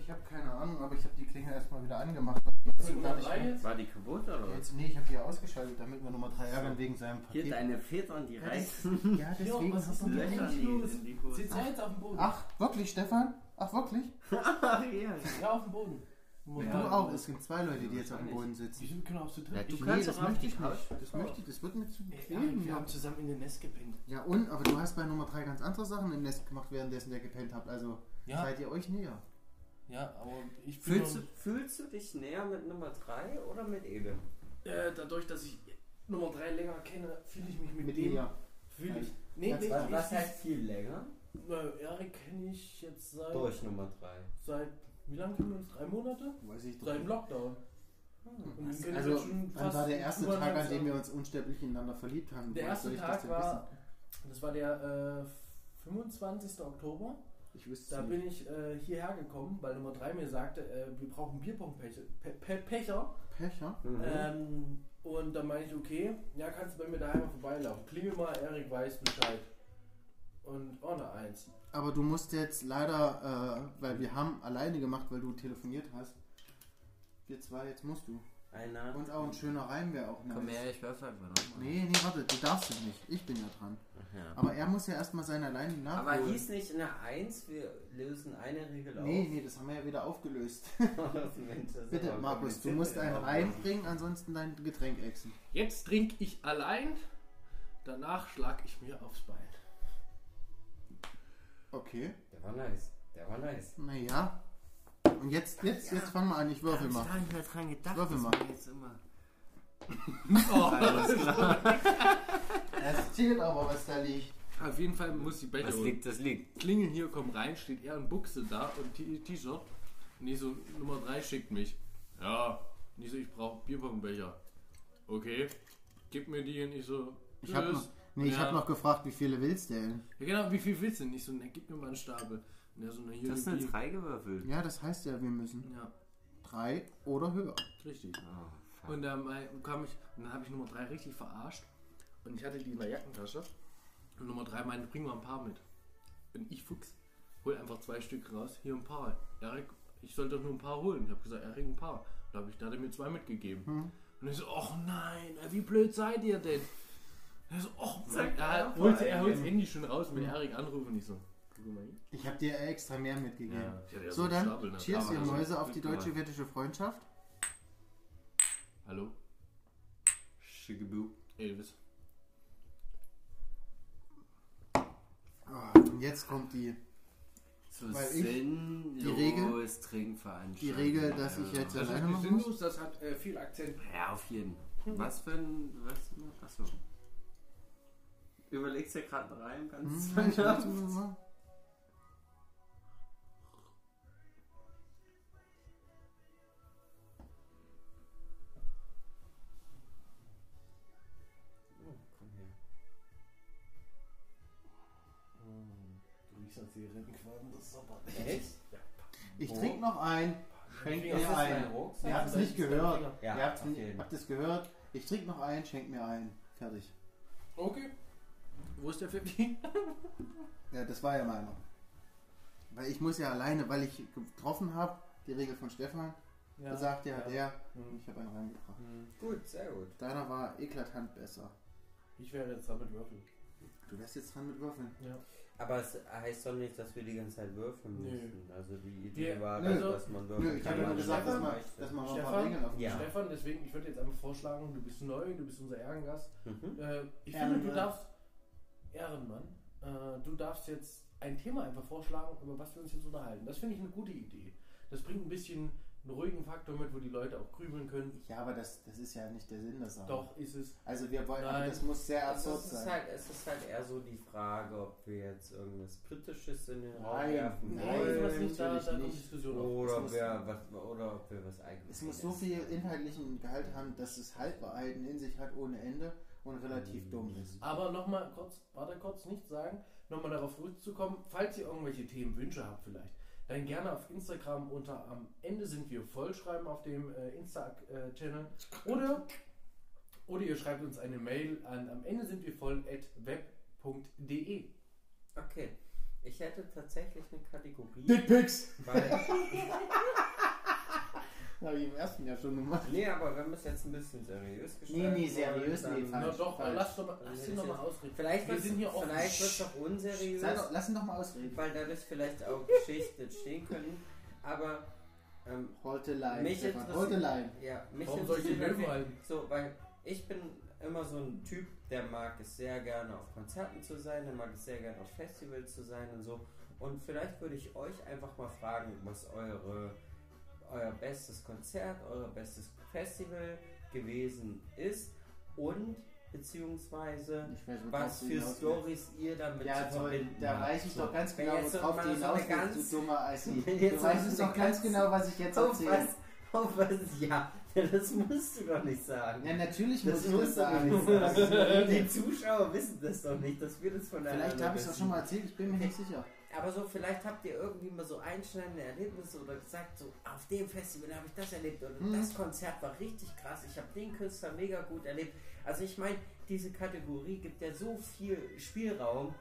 C: Ich habe keine Ahnung, aber ich habe die Klingel erstmal wieder angemacht. Jetzt
D: Nummer
C: darf ich-
D: drei jetzt?
B: War die kaputt oder was?
C: Jetzt, nee, ich habe die ausgeschaltet, damit wir Nummer 3 ärgern wegen seinem Paket.
B: Hier deine Federn, die
C: Ja, das-
B: reißen
C: Ja,
D: Jo,
C: deswegen
D: was
C: hast
D: ist
C: du
D: denn
B: Löcher
D: eigentlich
B: in die,
D: los?
B: in die Hose.
D: Sie zeigt auf dem Boden.
C: Ach, wirklich, Stefan? Ach, wirklich?
B: Ach, ja.
D: Ja, auf dem Boden.
C: Und du auch. Es gibt zwei Leute, die jetzt auf dem Boden sitzen.
D: Wir können auch zu dritt.
B: Ja, du
C: Ich-
B: kannst
C: das
B: doch auf
C: möchte
B: die
C: ich nicht.
B: Couch.
C: Das möchte ich, das wird mir zu
D: Ey, Erik,
C: bequem.
D: wir
C: Ja.
D: haben zusammen in den Nest gepinnt.
C: ja, und? Aber du hast bei Nummer 3 ganz andere Sachen im Nest gemacht, währenddessen der gepennt habt. Also
D: Ja.
C: seid ihr euch näher.
D: Ja, aber ich bin
B: Fühlst du,
D: noch-
B: fühlst du dich näher mit Nummer 3 oder mit Ede?
D: äh, dadurch, dass ich Nummer 3 länger kenne, fühle ich mich mit,
C: Mit
D: dem.
C: dir.
D: Fühle ich.
C: Ja.
D: Nee,
C: Ja,
D: nee,
C: zwei-
D: ich,
B: Was
D: ich,
B: heißt viel länger?
D: äh, Erik kenne ich jetzt seit.
B: Durch Nummer 3.
D: Seit wie lange kennen wir uns? Drei Monate?
C: Weiß ich doch.
D: Seit dem
C: nicht.
D: Lockdown. Und den kenn ich
C: Also,
D: jetzt schon
C: wann war
D: fast
C: der erste
D: über
C: Tag, an
D: anderthalb
C: dem wir
D: Jahre.
C: uns unsterblich ineinander verliebt haben?
D: Der
C: Woher soll
D: erste
C: ich
D: Tag
C: denn
D: war. Das war der äh, 25. Oktober.
C: wissen? Ich wüsste
D: Da
C: es nicht.
D: bin ich äh, hierher gekommen, weil Nummer 3 mir sagte, äh, wir brauchen Bierpongpecher. Pe Pe Pecher.
C: Pecher?
B: Mhm. Äh,
D: Ähm, und dann meine ich, okay, ja, kannst du bei mir daheim mal vorbeilaufen. Klingel mal, Erik weiß Bescheid. Und oh ne, eins.
C: Aber du musst jetzt leider, äh, weil wir haben alleine gemacht, weil du telefoniert hast. Wir zwei, jetzt musst du.
B: Einer.
C: Und auch ein schöner Reim wäre auch nice.
B: Komm her, ich werfe einfach nochmal.
C: Nee, nee, warte, du darfst es nicht. Ich bin ja dran. Aber er muss ja erstmal seine alleine nachholen.
B: Aber hieß nicht in der 1, wir lösen eine Regel auf?
C: Nee, nee, das haben wir ja wieder
B: *laughs*
C: aufgelöst.
B: Mensch, das ist
C: Bitte,
B: aber
C: Markus, du
B: kompliziert.
C: musst einen Reim bringen, ansonsten dein Getränk exen.
D: Jetzt trinke ich allein, danach schlag ich mir aufs Bein.
C: Okay.
B: Der war nice. Der war nice.
C: Naja. Und jetzt, jetzt, jetzt fang mal an, ich würfel mal.
B: nicht mehr dran gedacht.
C: Würfel
B: dass
C: mal.
B: man Jetzt immer.
D: Oh.
C: Es zählt aber, was da liegt.
D: *laughs* Auf jeden Fall muss die Becher
B: Das liegt, das liegt.
D: klingeln hier, kommen rein, steht er in Buchse da und T- T-Shirt. Und ich so, Nummer 3 schickt mich. Ja. Und ich so, ich brauche Bierpongbecher. Okay. Gib mir die und ich so,
C: Ich hab noch,
D: tschüss.
C: nee, ich
D: Ja.
C: hab noch gefragt, wie viele willst du denn?
D: Ja, genau, wie viel willst du denn? Ich so, na, gib mir mal einen Stapel. Und er so, na, hier,
B: Das ist
D: nimm
B: eine
D: die.
B: 3 gewürfelt.
C: Ja, das heißt ja, wir müssen
D: Ja,
C: drei oder höher.
D: richtig.
B: Oh, fuck.
D: Und dann äh, kam ich, und dann habe ich Nummer 3 richtig verarscht. Und ich hatte die in der Jackentasche. Und Nummer 3 meinte, bring mal ein paar mit. Und ich Fuchs, hol einfach zwei Stück raus, hier ein paar. Erik, ich sollte doch nur ein paar holen. Ich habe gesagt, Erik, ein paar. Da habe ich, da hat er mir zwei mitgegeben. Und ich so, ach nein, äh, wie blöd seid ihr denn? Und er so, ach,
B: Sag
D: er
B: einfach
D: holt, er
B: einen.
D: holt das Handy schon raus mit Erik anrufen. Und ich so, guck mal hin.
C: Ich hab dir extra mehr mitgegeben.
B: Ja.
D: Ich hatte ja
C: So,
D: einen
C: dann
D: Stapel, ne?
C: cheers,
B: Aber
C: ihr
B: das ist
C: Mäuse, auf
B: gut
C: die deutsche
B: gemacht.
C: wettische Freundschaft.
D: Hallo,
B: Schickebu.
D: Elvis.
C: Ah, und jetzt kommt die,
B: So
C: Weil ich
B: sinnlos
C: die Regel-
B: Trinkveranstaltung.
C: die Regel, dass ich
B: Ja.
C: jetzt
A: Also,
C: alleine machen muss.
D: das hat äh, viel Akzent.
B: also, Ja, auf jeden. Was für ein. Was? Achso. Überlegst dir gerade einen Reim, kannst
C: Hm, ich *laughs* weiß nicht, was-
B: Komm her.
D: Hm, Du riechst an Zigarettenqualm, das ist aber
B: Echt?
C: Ich
B: Wo?
C: trinke noch ein. Schenk
D: Ist
C: mir
D: das
C: ein. Ihr habt es nicht gehört.
B: Ja,
C: Ihr habt
B: auf jeden.
C: habt es gehört. Ich trinke noch ein, schenk mir ein. Fertig.
D: Okay. Wo ist der 50?
C: Ja, das war ja meiner. Weil ich muss ja alleine, weil ich getroffen habe, die Regel von Stefan,
D: Ja.
C: gesagt ja,
D: ja.
C: der,
D: Hm,
C: ich habe einen reingebracht.
B: Gut, sehr gut.
C: Deiner war eklatant besser.
D: Ich wäre jetzt damit würfeln.
C: Du wärst jetzt dran mit Würfeln.
B: Aber es heißt doch nicht, dass wir die ganze Zeit würfeln
D: Nö.
B: müssen. Also die Idee
D: Wir-
B: war,
C: Nö.
B: doch, dass man würfeln
C: Nö, ich
B: kann.
C: habe ja nur
B: Man
C: gesagt, dass
B: kann
C: man,
B: leicht
C: dass man noch ein paar
D: Stefan?
C: Regeln auf
B: Ja.
D: Stefan, deswegen, ich würde jetzt einfach vorschlagen, du bist neu, du bist unser Ehrengast.
B: Mhm.
D: Äh, ich finde, du
C: Ehrenmann.
D: darfst, Ehrenmann, äh, du darfst jetzt ein Thema einfach vorschlagen, über was wir uns jetzt unterhalten. Das finde ich eine gute Idee. Das bringt ein bisschen
A: einen ruhigen Faktor mit, wo die Leute auch grübeln können.
C: Ja, aber das, das ist ja nicht der Sinn der Sache.
A: Doch ist es.
C: Also wir wollen,
A: Nein.
C: das muss sehr
B: Also
C: absurd
B: es, ist
C: sein.
B: halt, es ist halt eher so die Frage, ob wir jetzt irgendwas Kritisches in den Raum
C: Nein,
B: werfen
C: nein,
B: wollen.
A: was nicht da,
C: natürlich
A: da kommt
C: nicht.
A: Diskussion auf.
C: Es
B: Oder,
C: muss-
B: wer, was, oder ob wir was Eigenes
C: Es muss so viel inhaltlichen Gehalt haben, dass es Halbwahrheiten in sich hat ohne Ende und relativ dumm
B: Mm.
C: ist.
A: Aber nochmal kurz, warte kurz, nicht sagen, nochmal darauf zurückzukommen, falls ihr irgendwelche Themenwünsche habt vielleicht, dann gerne auf Instagram unter am Ende sind wir vollschreiben auf dem äh, Insta-Channel oder, oder ihr schreibt uns eine Mail an am Ende sind wir voll at web.de.
B: Okay, ich hätte tatsächlich eine Kategorie,
C: Dickpics!
B: weil...
C: Habe ich im ersten Jahr schon gemacht.
B: Nee, aber wenn wir es jetzt ein bisschen seriös gestalten
C: nee,
B: wollen,
C: seriös, nee,
B: dann-
C: Falsch,
A: Na doch,
C: falsch.
A: lass doch mal,
B: Also
A: lass
B: das
A: sie
B: ist
A: noch mal
B: jetzt-
A: ausreden.
B: Vielleicht
A: wir
B: wird's-
A: sind hier offen.
B: Vielleicht wird es doch unseriös,
C: Sei doch, lass ihn doch mal ausreden.
B: weil dadurch
C: *laughs*
B: vielleicht auch Geschichten entstehen können. Aber ähm,
C: Heute leiden,
B: Mich
C: Stefan.
B: interessiert-
C: Heute leiden.
B: ja, mich
A: Warum soll ich den
B: interessiert
A: Löwen
B: wirklich-
A: halten?
B: So, weil ich bin immer so ein Typ, der mag es sehr gerne auf Konzerten zu sein, der mag es sehr gerne auf Festivals zu sein und so. Und vielleicht würde ich euch einfach mal fragen, was eure, euer bestes Konzert, euer bestes Festival gewesen ist und beziehungsweise
C: Ich weiß, worauf
B: was
C: du
B: für
C: hinaus willst.
B: Stories ihr damit
C: Ja,
B: zu
C: toll.
B: verbinden
C: Da
B: habt.
C: weiß ich doch ganz
B: Wenn
C: genau,
B: jetzt so
C: worauf
B: mal
C: du
B: so eine
C: hinaus willst,
B: ganz-
C: du dummer Assi.
B: Wenn jetzt
C: Du
B: so
C: weißt
B: eine
C: es doch ganz
B: ganz-
C: genau, was ich jetzt
B: Auf
C: erzähle.
B: was? Auf was? Ja, *laughs* das musst du doch nicht sagen.
C: Ja, natürlich
B: Das
C: muss ich das
B: muss aber
C: sagen. *laughs*
B: nicht
C: Das ist eine
B: *laughs* sein.
C: Rede.
B: Die Zuschauer wissen das doch nicht, dass wir das von
C: Vielleicht habe ich es auch schon mal erzählt, ich bin mir nicht sicher.
B: Aber so, vielleicht habt ihr irgendwie mal so einschneidende Erlebnisse oder gesagt, so auf dem Festival habe ich das erlebt oder
C: Hm.
B: das Konzert war richtig krass, ich habe den Künstler mega gut erlebt. Also ich meine, diese Kategorie gibt ja so viel Spielraum,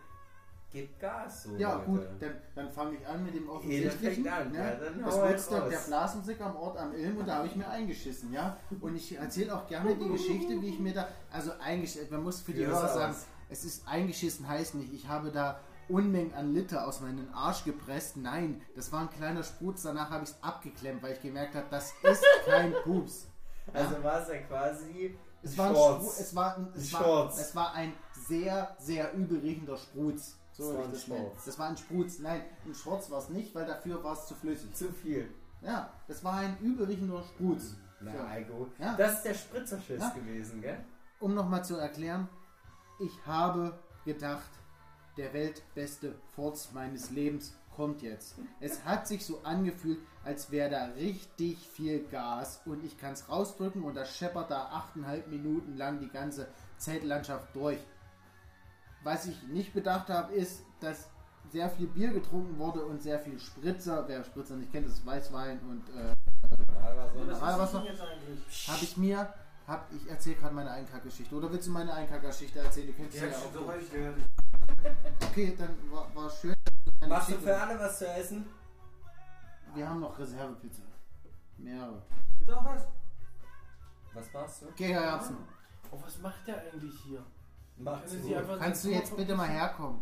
B: gibt Gas so.
C: Ja,
B: Leute.
C: gut, dann, dann fange ich an mit dem
B: Jeder
C: offensichtlichen.
B: fängt an, ja,
C: ne?
B: dann
C: das
B: hau halt
C: Woodstock,
B: raus.
C: der Blasmusik am Ort am Ilm und da habe ich mir eingeschissen, ja. Und ich erzähle auch gerne die Geschichte, wie ich mir da, also eingeschissen, man muss für die
B: Führ's
C: Hörer
B: aus.
C: sagen, es ist eingeschissen heißt nicht, ich habe da Unmengen an Liter aus meinem Arsch gepresst. Nein, das war ein kleiner Sprutz, danach habe ich es abgeklemmt, weil ich gemerkt habe, das
B: *laughs*
C: ist kein Pups.
B: Also war es ja quasi
C: Es war, ein
B: Shorts.
C: Spru- es, war ein, es,
B: Ein
C: war,
B: Shorts.
C: es war ein sehr, sehr übel riechender Sprutz. So
B: Es
C: würde
B: war
C: ich
B: ein
C: das nennen.
B: Shorts.
C: Das war ein Sprutz. Nein, ein Shorts war es nicht, weil dafür war es zu flüssig.
B: zu viel.
C: Ja, das war ein übel riechender Sprutz.
B: Na,
C: So.
B: Alkohol.
C: Ja.
B: Das ist der Spritzerschiss
C: Ja.
B: gewesen, gell?
C: Um nochmal zu erklären, ich habe gedacht, der weltbeste Furz meines Lebens kommt jetzt. Es hat sich so angefühlt, als wäre da richtig viel Gas und ich kann es rausdrücken und das scheppert da achteinhalb Minuten lang die ganze Zeltlandschaft durch. Was ich nicht bedacht habe, ist, dass sehr viel Bier getrunken wurde und sehr viel Spritzer. Wer Spritzer nicht kennt, das ist Weißwein und äh,
B: Aber so
C: das- Ah, was noch?
E: jetzt eigentlich?
C: habe ich mir, hab, ich erzähle gerade meine Einkackgeschichte. Oder willst du meine Einkackgeschichte erzählen? Du könntest ja, ja auch. Okay, dann war, war schön. Eine
B: Machst du
C: Geschichte.
B: für alle was zu essen?
C: Wir haben noch Reservepizza. Mehrere.
E: Doch was?
B: Was machst du?
C: Okay, Herr Erbsen,
A: Oh, was macht der eigentlich hier?
B: Machst
A: Können Sie
B: du.
A: einfach-
C: kannst du jetzt bitte mal herkommen?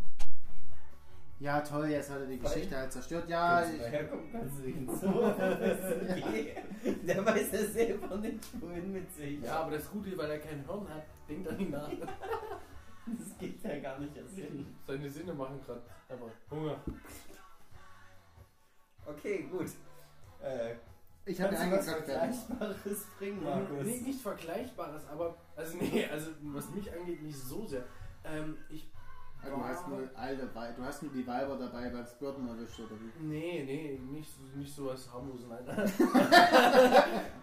C: Ja, toll, jetzt hat er die Geschichte halt zerstört. Ja,
B: Kannst du
C: ich,
B: herkommen, kannst du ihn so. *laughs* Okay. Der weiß ja selber nicht, wohin mit sich.
A: Ja, aber das Gute, weil er kein Hirn hat, denkt an ihn nach.
B: Das geht ja gar nicht erst hin.
A: Seine Sinne machen gerade einfach Hunger.
B: Okay, gut. Äh,
C: ich habe
B: kannst du was
C: eingekackt werden.
B: Vergleichbares bringen,
A: Nee,
B: Markus?
A: nicht Vergleichbares, aber. Also, nee, also was mich angeht, nicht so sehr. Ähm, ich.
C: Ah, Du hast, nur, Alter, Wei- du hast nur die Weiber dabei beim Squirten erwischt, oder wie?
A: Nee, nee, nicht, so- nicht sowas harmlosen, nein.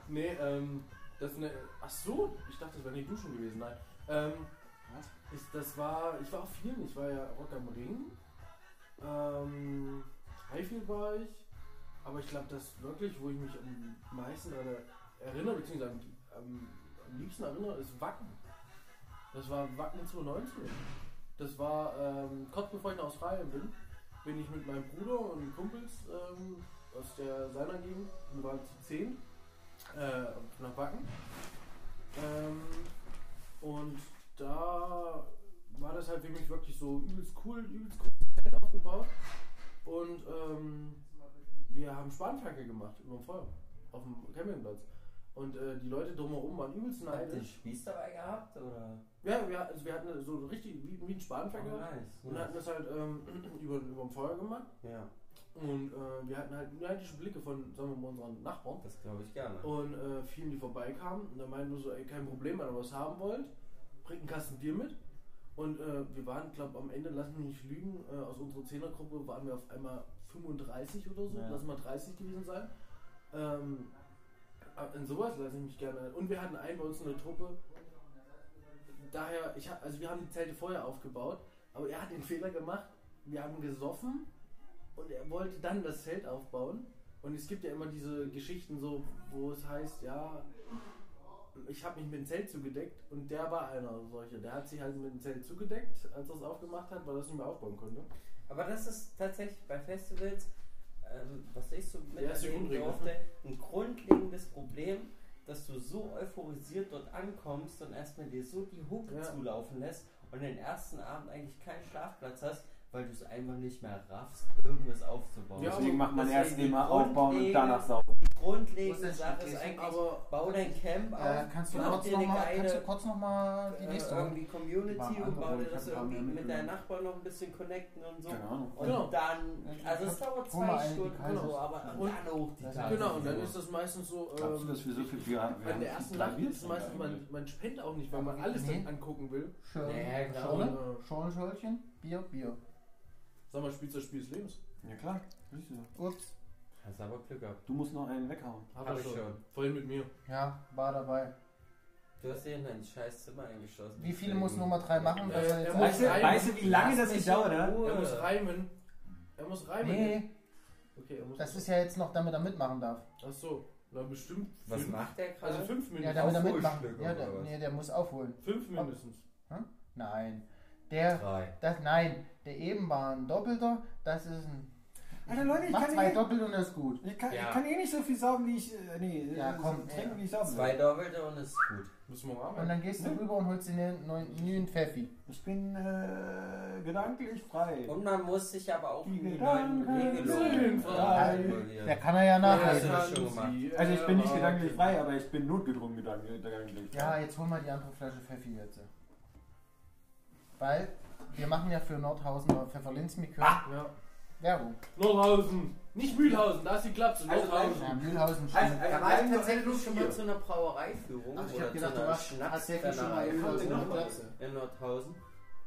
A: nee, ähm, das ne. Ach so, ich dachte, das wäre nicht duschen gewesen, nein. Ähm,
C: Was?
A: ich, das war. Ich war auf vielen, ich war ja Rock am Ring. Ähm, Highfield war ich. Aber ich glaube, das wirklich, wo ich mich am meisten daran erinnere, beziehungsweise am, am, am liebsten erinnere, ist Wacken. Das war Wacken 2019. Das war ähm, kurz bevor ich nach Australien bin, bin ich mit meinem Bruder und Kumpels ähm, aus der seiner Gegend, wir waren zu 10, äh, nach Wacken. Ähm, und da war das halt für mich wirklich so übelst cool, übelst cool Zelt aufgebaut. Und ähm, wir haben Spanferkel gemacht über dem Feuer auf dem Campingplatz. Und äh, die Leute drumherum waren übelst
B: Habt ihr einen
A: neidisch.
B: Spieß dabei gehabt? Oder?
A: Ja, wir, also wir
B: Oh,
A: hatten so richtig wie, wie ein Spanferkel
B: nice.
A: *clears throat* und hatten das halt ähm, über, über dem Feuer gemacht.
B: Ja.
A: Und äh, wir hatten halt neidische Blicke von, sagen wir mal, unseren Nachbarn.
B: Das glaube ich gerne.
A: Und äh, vielen, die vorbeikamen. Und da meinten wir so, ey, kein Problem, wenn ihr was haben wollt, bringt einen Kasten Bier mit. Und äh, wir waren, glaube am Ende, lassen mich nicht lügen, äh, aus unserer Zehnergruppe waren wir auf einmal 35 oder so,
B: Ja.
A: lassen mal 30 gewesen sein. Ähm, aber in sowas lasse ich mich gerne. Und wir hatten einen bei uns in der Truppe. Daher, ich hab, also wir haben die Zelte vorher aufgebaut, aber er hat den Fehler gemacht. Wir haben gesoffen und er wollte dann das Zelt aufbauen. Und es gibt ja immer diese Geschichten so, wo es heißt, ja, ich habe mich mit dem Zelt zugedeckt und der war einer solcher. Der hat sich halt mit dem Zelt zugedeckt, als er es aufgemacht hat, weil er es nicht mehr aufbauen konnte.
B: Aber das ist tatsächlich bei Festivals, ähm, was ich so mit
A: erste
F: ne?
A: Grundregel.
B: durfte, ein grundlegendes Problem, dass du so euphorisiert dort ankommst und erstmal dir so die Hucke
A: Ja.
B: zulaufen lässt und den ersten Abend eigentlich keinen Schlafplatz hast, weil du es einfach nicht mehr raffst, irgendwas aufzubauen.
A: Ja,
B: Deswegen
A: aber
F: Deswegen macht man
B: deswegen
F: erst den mal
B: grundlegend-
F: aufbauen und danach saufen.
B: die
C: Muss
B: grundlegende
C: das
B: Sache
C: schon
B: ist
C: lesen,
B: eigentlich,
A: Aber
B: bau dein Camp auf,
F: Äh, kannst, du
B: mach
F: kurz
B: dir
F: noch
B: eine
F: mal,
B: geile
F: kannst du kurz noch mal die
B: äh,
F: nächste äh,
B: irgendwie Community
F: War
B: und bau
F: andere,
B: dir das
F: ich hab
B: irgendwie
F: mehr
B: mit
F: mitgenommen.
B: deinen Nachbarn noch ein bisschen connecten und so.
F: Keine Ahnung.
B: Und
A: Genau.
B: dann, also es
F: hab-
B: dauert
F: hol mal
B: zwei
F: eine, die
B: Stunden,
F: kalt
B: so,
F: ist.
B: aber
A: Und-
B: dann hoch die
F: Das-
B: Tage.
A: genau, und dann
F: so.
A: ist das meistens so.
F: Glaubst du,
A: Ähm,
F: dass wir so viel Bier haben? Wir
A: an
F: haben
A: der
F: viel
A: ersten
F: Bier
A: Nacht ist es
F: drin
A: meistens, man,
F: eigentlich.
A: man spendet auch nicht, weil man alles
F: Nee.
A: dann angucken will.
C: Schön.
B: äh, Nee, klar.
F: Schorle,
A: Äh,
F: Schorle, Schorlchen, Bier, Bier.
A: sag mal, spielst du das Spiel des Lebens?
F: Ja klar, siehst du.
C: Ups.
B: Hast aber Glück gehabt.
F: Du musst noch einen weghauen.
A: Hab,
B: Hab
A: er
B: ich
A: schon.
B: schon.
A: Vorhin mit mir.
F: Ja.
C: War dabei.
B: Du hast den in dein scheiß Zimmer eingeschlossen.
C: Wie viele muss Nummer 3 machen?
A: Äh,
C: dass er
A: er
C: jetzt-
A: muss
F: Weißt du,
A: reimen.
F: weißt du wie lange das gedauert hat?
B: Äh,
A: Er muss reimen. Er muss reimen.
C: nee,
A: Okay, er muss.
C: das ist ja jetzt noch, damit er mitmachen darf.
A: Ach so, na bestimmt.
B: Was
A: fünf,
B: macht der gerade?
A: also fünf
C: Ja,
A: mindestens.
C: damit er mitmachen.
B: Aufholschlücke
C: Ja,
B: oder
C: der,
B: was?
C: nee, der muss aufholen.
A: fünf mindestens.
C: Nein. Der,
B: Drei.
C: das, nein, der eben war ein Doppelter, das ist ein.
F: Alter Leute, ich
C: Mach
F: kann,
C: zwei
F: eh,
C: Doppel und das ist gut.
F: ich, kann,
B: Ja.
F: ich kann eh nicht so viel saufen, wie ich. äh, Nee,
C: Ja,
F: äh,
C: komm,
F: so trinken,
C: ey.
F: wie ich saufen
B: Zwei
F: will.
B: Doppelte und es ist gut.
A: Müssen wir
C: Und
A: arbeiten.
C: dann gehst du rüber und holst dir einen neuen, neuen Pfeffi.
F: Ich bin äh, gedanklich frei.
B: Und man muss sich aber auch
F: Die
B: in die neuen
F: Gedanken
B: Regelungen
A: sind
B: äh,
A: frei.
B: involvieren.
C: Der kann er ja
B: das
C: nachlesen.
B: ist- schon gemacht.
F: Also ich bin nicht gedanklich frei, aber ich bin notgedrungen gedank- gedanklich.
C: Ja, jetzt hol mal die andere Flasche Pfeffi jetzt. Weil wir machen ja für Nordhausen oder Pfefferlinzmikör
A: Ja.
C: Werbung.
A: Nordhausen, nicht Mühlhausen, da ist die Klapse.
B: Also
A: Nordhausen.
C: Ja, Mühlhausen
B: Also,
C: schon.
B: also
G: war
B: war
G: ich
B: tatsächlich schon mal
G: hier.
B: zu einer Brauereiführung
C: Ach, Also ich
B: oder
C: hab gedacht,
B: zu
C: du
B: einer
C: warst tatsächlich schon mal
B: Schnapsbrennerei
C: in Nordhausen.
B: in Nordhausen.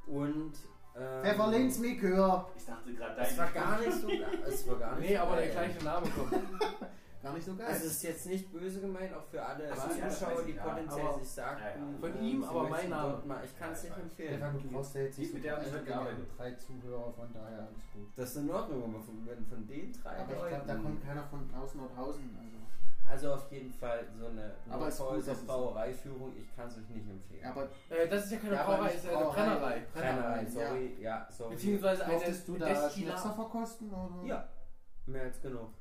B: Und ähm,
C: Pfefferlinzmikör.
G: Ich dachte gerade,
B: Es war gar nicht so es war gar nicht
A: Nee,
B: so
A: aber der
B: geil.
A: gleiche Name kommt.
C: Gar nicht so geil.
B: Also es ist jetzt nicht böse gemeint, auch für alle
G: Ach so, ja, das
B: Zuschauer,
G: weiß
B: die
G: ich, ja.
B: potenziell
A: Aber-
B: sich
G: Ja,
B: sagten,
G: ja.
A: Von
B: äh,
A: ihm,
B: sie
A: aber
B: möchten
A: mein Name.
B: dort Mal. Ich kann es
G: Ja,
B: nicht
G: ich
B: empfehlen.
C: Stefan, du brauchst ja jetzt nicht
G: Die mit
C: so Also
G: der hab ich schon gearbeitet.
C: drei Zuhörer, von daher alles gut.
B: Das ist in Ordnung, aber von, wenn von den drei
C: Aber ich glaube, da kommt
B: Leuten,
C: keiner von aus Nordhausen. Also.
B: also auf jeden Fall so eine
C: Aber es ist gut,
B: Nordhäuser
C: dass es-
B: Brauereiführung, ich kann es euch nicht empfehlen.
C: Aber
A: Äh, das ist ja keine
C: Ja, aber
A: Brauerei,
C: nicht
A: ist eine
C: Brauerei.
A: Brennerei.
B: Brennerei,
C: Brennerei,
B: sorry, ja, sorry.
A: Beziehungsweise
C: ja.
A: eine
C: Durftest du da
A: Destillat.
C: Schnäpser verkosten? Oder?
B: Ja, mehr als genug.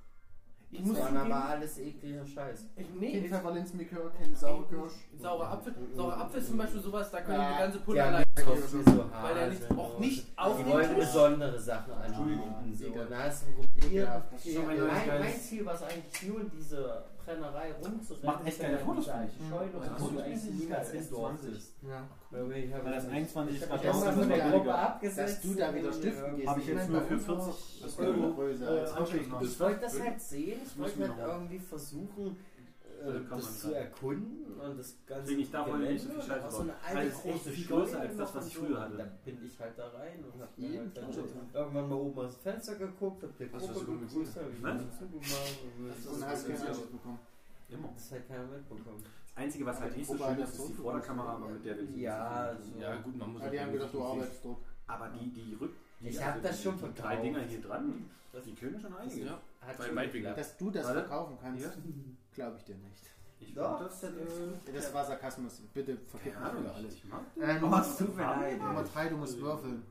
A: Ich
B: Das
A: muss
B: waren aber
A: zugeben,
B: alles ekliger Scheiß.
A: ich, nee,
C: Kein
A: ich,
C: Pfefferlinzmikör, kein Sauerkirsch.
A: saurer Apfel, saurer Apfel ist zum Beispiel sowas, da können
C: Mhm. Ja.
A: die ganze Pulle
B: Ja,
A: allein.
B: nicht so viel so
A: Weil der nicht,
B: Haselnuss.
A: auch nicht auf
B: Die
A: den
B: wollen
A: Tisch.
B: besondere Sachen anbieten.
C: Entschuldigung.
B: So,
C: Ekelhaft.
B: und da hast du probiert.
C: Ja, das ist schon
B: Mein,
C: mal ein
B: mein
F: geiles-
B: Ziel war es eigentlich nur, in diese Brennerei rumzurennen.
F: Macht echt geile Fotos,
B: Diese
F: finde ich.
B: Scheune,
F: Also
B: wo du
F: fotomäßig
B: eigentlich
F: ist
B: niemals
F: geil.
B: hin durftest.
C: Ja.
B: Weil ich habe
F: Weil das 21
B: ich
F: ist
B: habe mich erst
F: gerade
B: mal
C: draußen,
B: von
C: das
B: der
C: ist
B: Gruppe
F: billiger.
B: abgesetzt.
C: Dass du da wieder
B: und,
C: stiften
B: äh,
C: gehst.
F: Habe ich jetzt
C: meine,
F: nur
C: bei
F: für
C: uns
F: 40
C: auch-
F: Euro.
C: Größe
F: Äh,
C: als
F: Anschluss noch.
B: Ich wollte das halt sehen, ich wollte halt irgendwie versuchen, äh,
F: Also kann man
B: das zu
F: sagen.
B: erkunden und das ganze
F: Deswegen, ich darf heute nicht so viel
B: Gelände und
F: Scheiße
B: auch so eine
F: bauen.
B: alte
F: Weil es ist
B: große
F: echt viel
B: Scheune
F: größer als das,
B: noch
F: was
B: und
F: ich
B: so.
F: früher hatte.
B: Und Dann bin ich halt da rein und hab mir
C: jeden
B: halt dann
C: Fall.
B: irgendwann mal oben aus dem Fenster geguckt, hab der
A: Hast du das
B: Gruppe
A: sogar
B: gegrüßt, hab ich
F: Was?
B: dann zugemacht und
C: Das
B: das
C: ist
B: ist halt
C: und hast keinen Anschluss bekommen.
F: Immer.
B: das hat keiner mitbekommen.
F: Das Einzige, was halt nicht so
C: Wobei,
F: schön
C: das
F: ist, ist die
C: Foto-
F: Vorderkamera, aber mit der will ich
B: Ja,
F: nicht.
B: so.
A: Ja, gut, man muss halt
C: Aber die haben gedacht, du
A: auch
C: arbeitest dort.
F: Aber die, die Rück... Die, also
B: Ich hab das
F: die-
B: schon
F: Die drei
B: verkauft.
F: Dinger hier dran,
B: Das
F: die können schon einige.
A: Ja,
B: hat
A: Bei
B: schon
A: Weitwinkel.
B: geklappt.
C: Dass du das
F: Warte.
C: verkaufen kannst,
F: Ja.
C: glaube ich dir nicht.
B: Doch,
F: Ich glaub, das...
B: das ist-
F: äh,
C: Das war Sarkasmus. Bitte vergib
F: Keine
C: mir
F: Ahnung,
C: für alles.
F: ich mag
C: Äh,
F: Oh,
C: Nummer
F: hast du verleiht.
C: Nummer 3, du musst würfeln.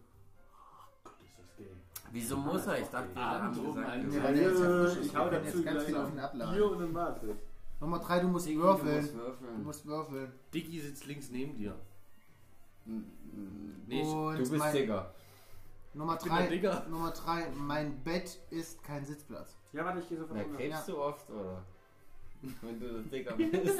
D: Wieso muss er? Ich dachte, wir
A: Ah,
D: haben
A: oben
D: gesagt,
A: ein-
D: wir
C: Nee, weil der jetzt ja frisch ist.
F: Ich hau
C: Wir können
F: dazu
C: jetzt ganz
F: gleich
C: viel
F: noch
C: auf den
F: Bier
C: Abladen.
F: und einen Matrix.
C: Nummer 3, du musst
D: Digi, du musst
C: würfeln. Du
D: würfeln.
C: musst würfeln.
A: Dicky sitzt links neben dir. Nee, ich-
C: Und mein-
D: Digger.
C: Nummer
A: bin der
C: 3,
A: Digger.
C: Nummer 3, mein Bett ist kein Sitzplatz.
F: Ja, warte, ich geh sofort
D: Na,
F: runter.
D: krebst du oft, *laughs* oder? Wenn du das Digger bist.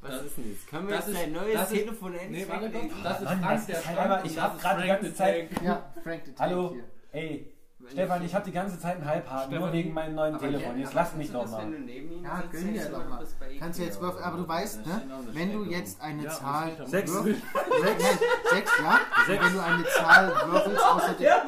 D: Was ist denn die
B: Jetzt können wir
D: Das
B: jetzt
D: ist-
B: dein neues
D: das ist-
B: Telefon endlich
D: Nee, warte
B: weglegen.
D: kurz. Das ist
H: Mann,
D: Frank,
H: das
D: der
H: ist halt
D: Frank
H: einfach-
D: und
H: ich
D: das
H: hab
D: ist
H: grad die
D: Frank
H: ganze
D: the Tank.
C: Ja, Frank the Tank
H: Hallo?
C: hier.
H: Ey, Stefan, ich habe die ganze Zeit einen Halbhaken, nur
B: Stefan,
H: wegen meinem neuen
B: Aber
H: Telefon.
B: ja,
H: Jetzt
B: aber
H: lass mich
B: kennst du
H: doch
B: das, wenn
H: mal.
B: du neben ihm
C: Ja,
B: sitzt,
C: gönn
B: denkst
C: dir
B: du,
C: doch mal.
B: du bist bei Ikea
C: Kannst du jetzt
B: oder
C: würfeln, aber
B: so.
C: du weißt,
B: Da
C: ne,
B: steht noch
C: Wenn
B: eine
C: du
B: Steckdose.
C: jetzt eine
D: Ja,
C: Zahl
D: das
B: Sechs.
C: würfelst, *laughs* sechs, nein, sechs, ja? Und Wenn du eine Zahl würfelst, außer der,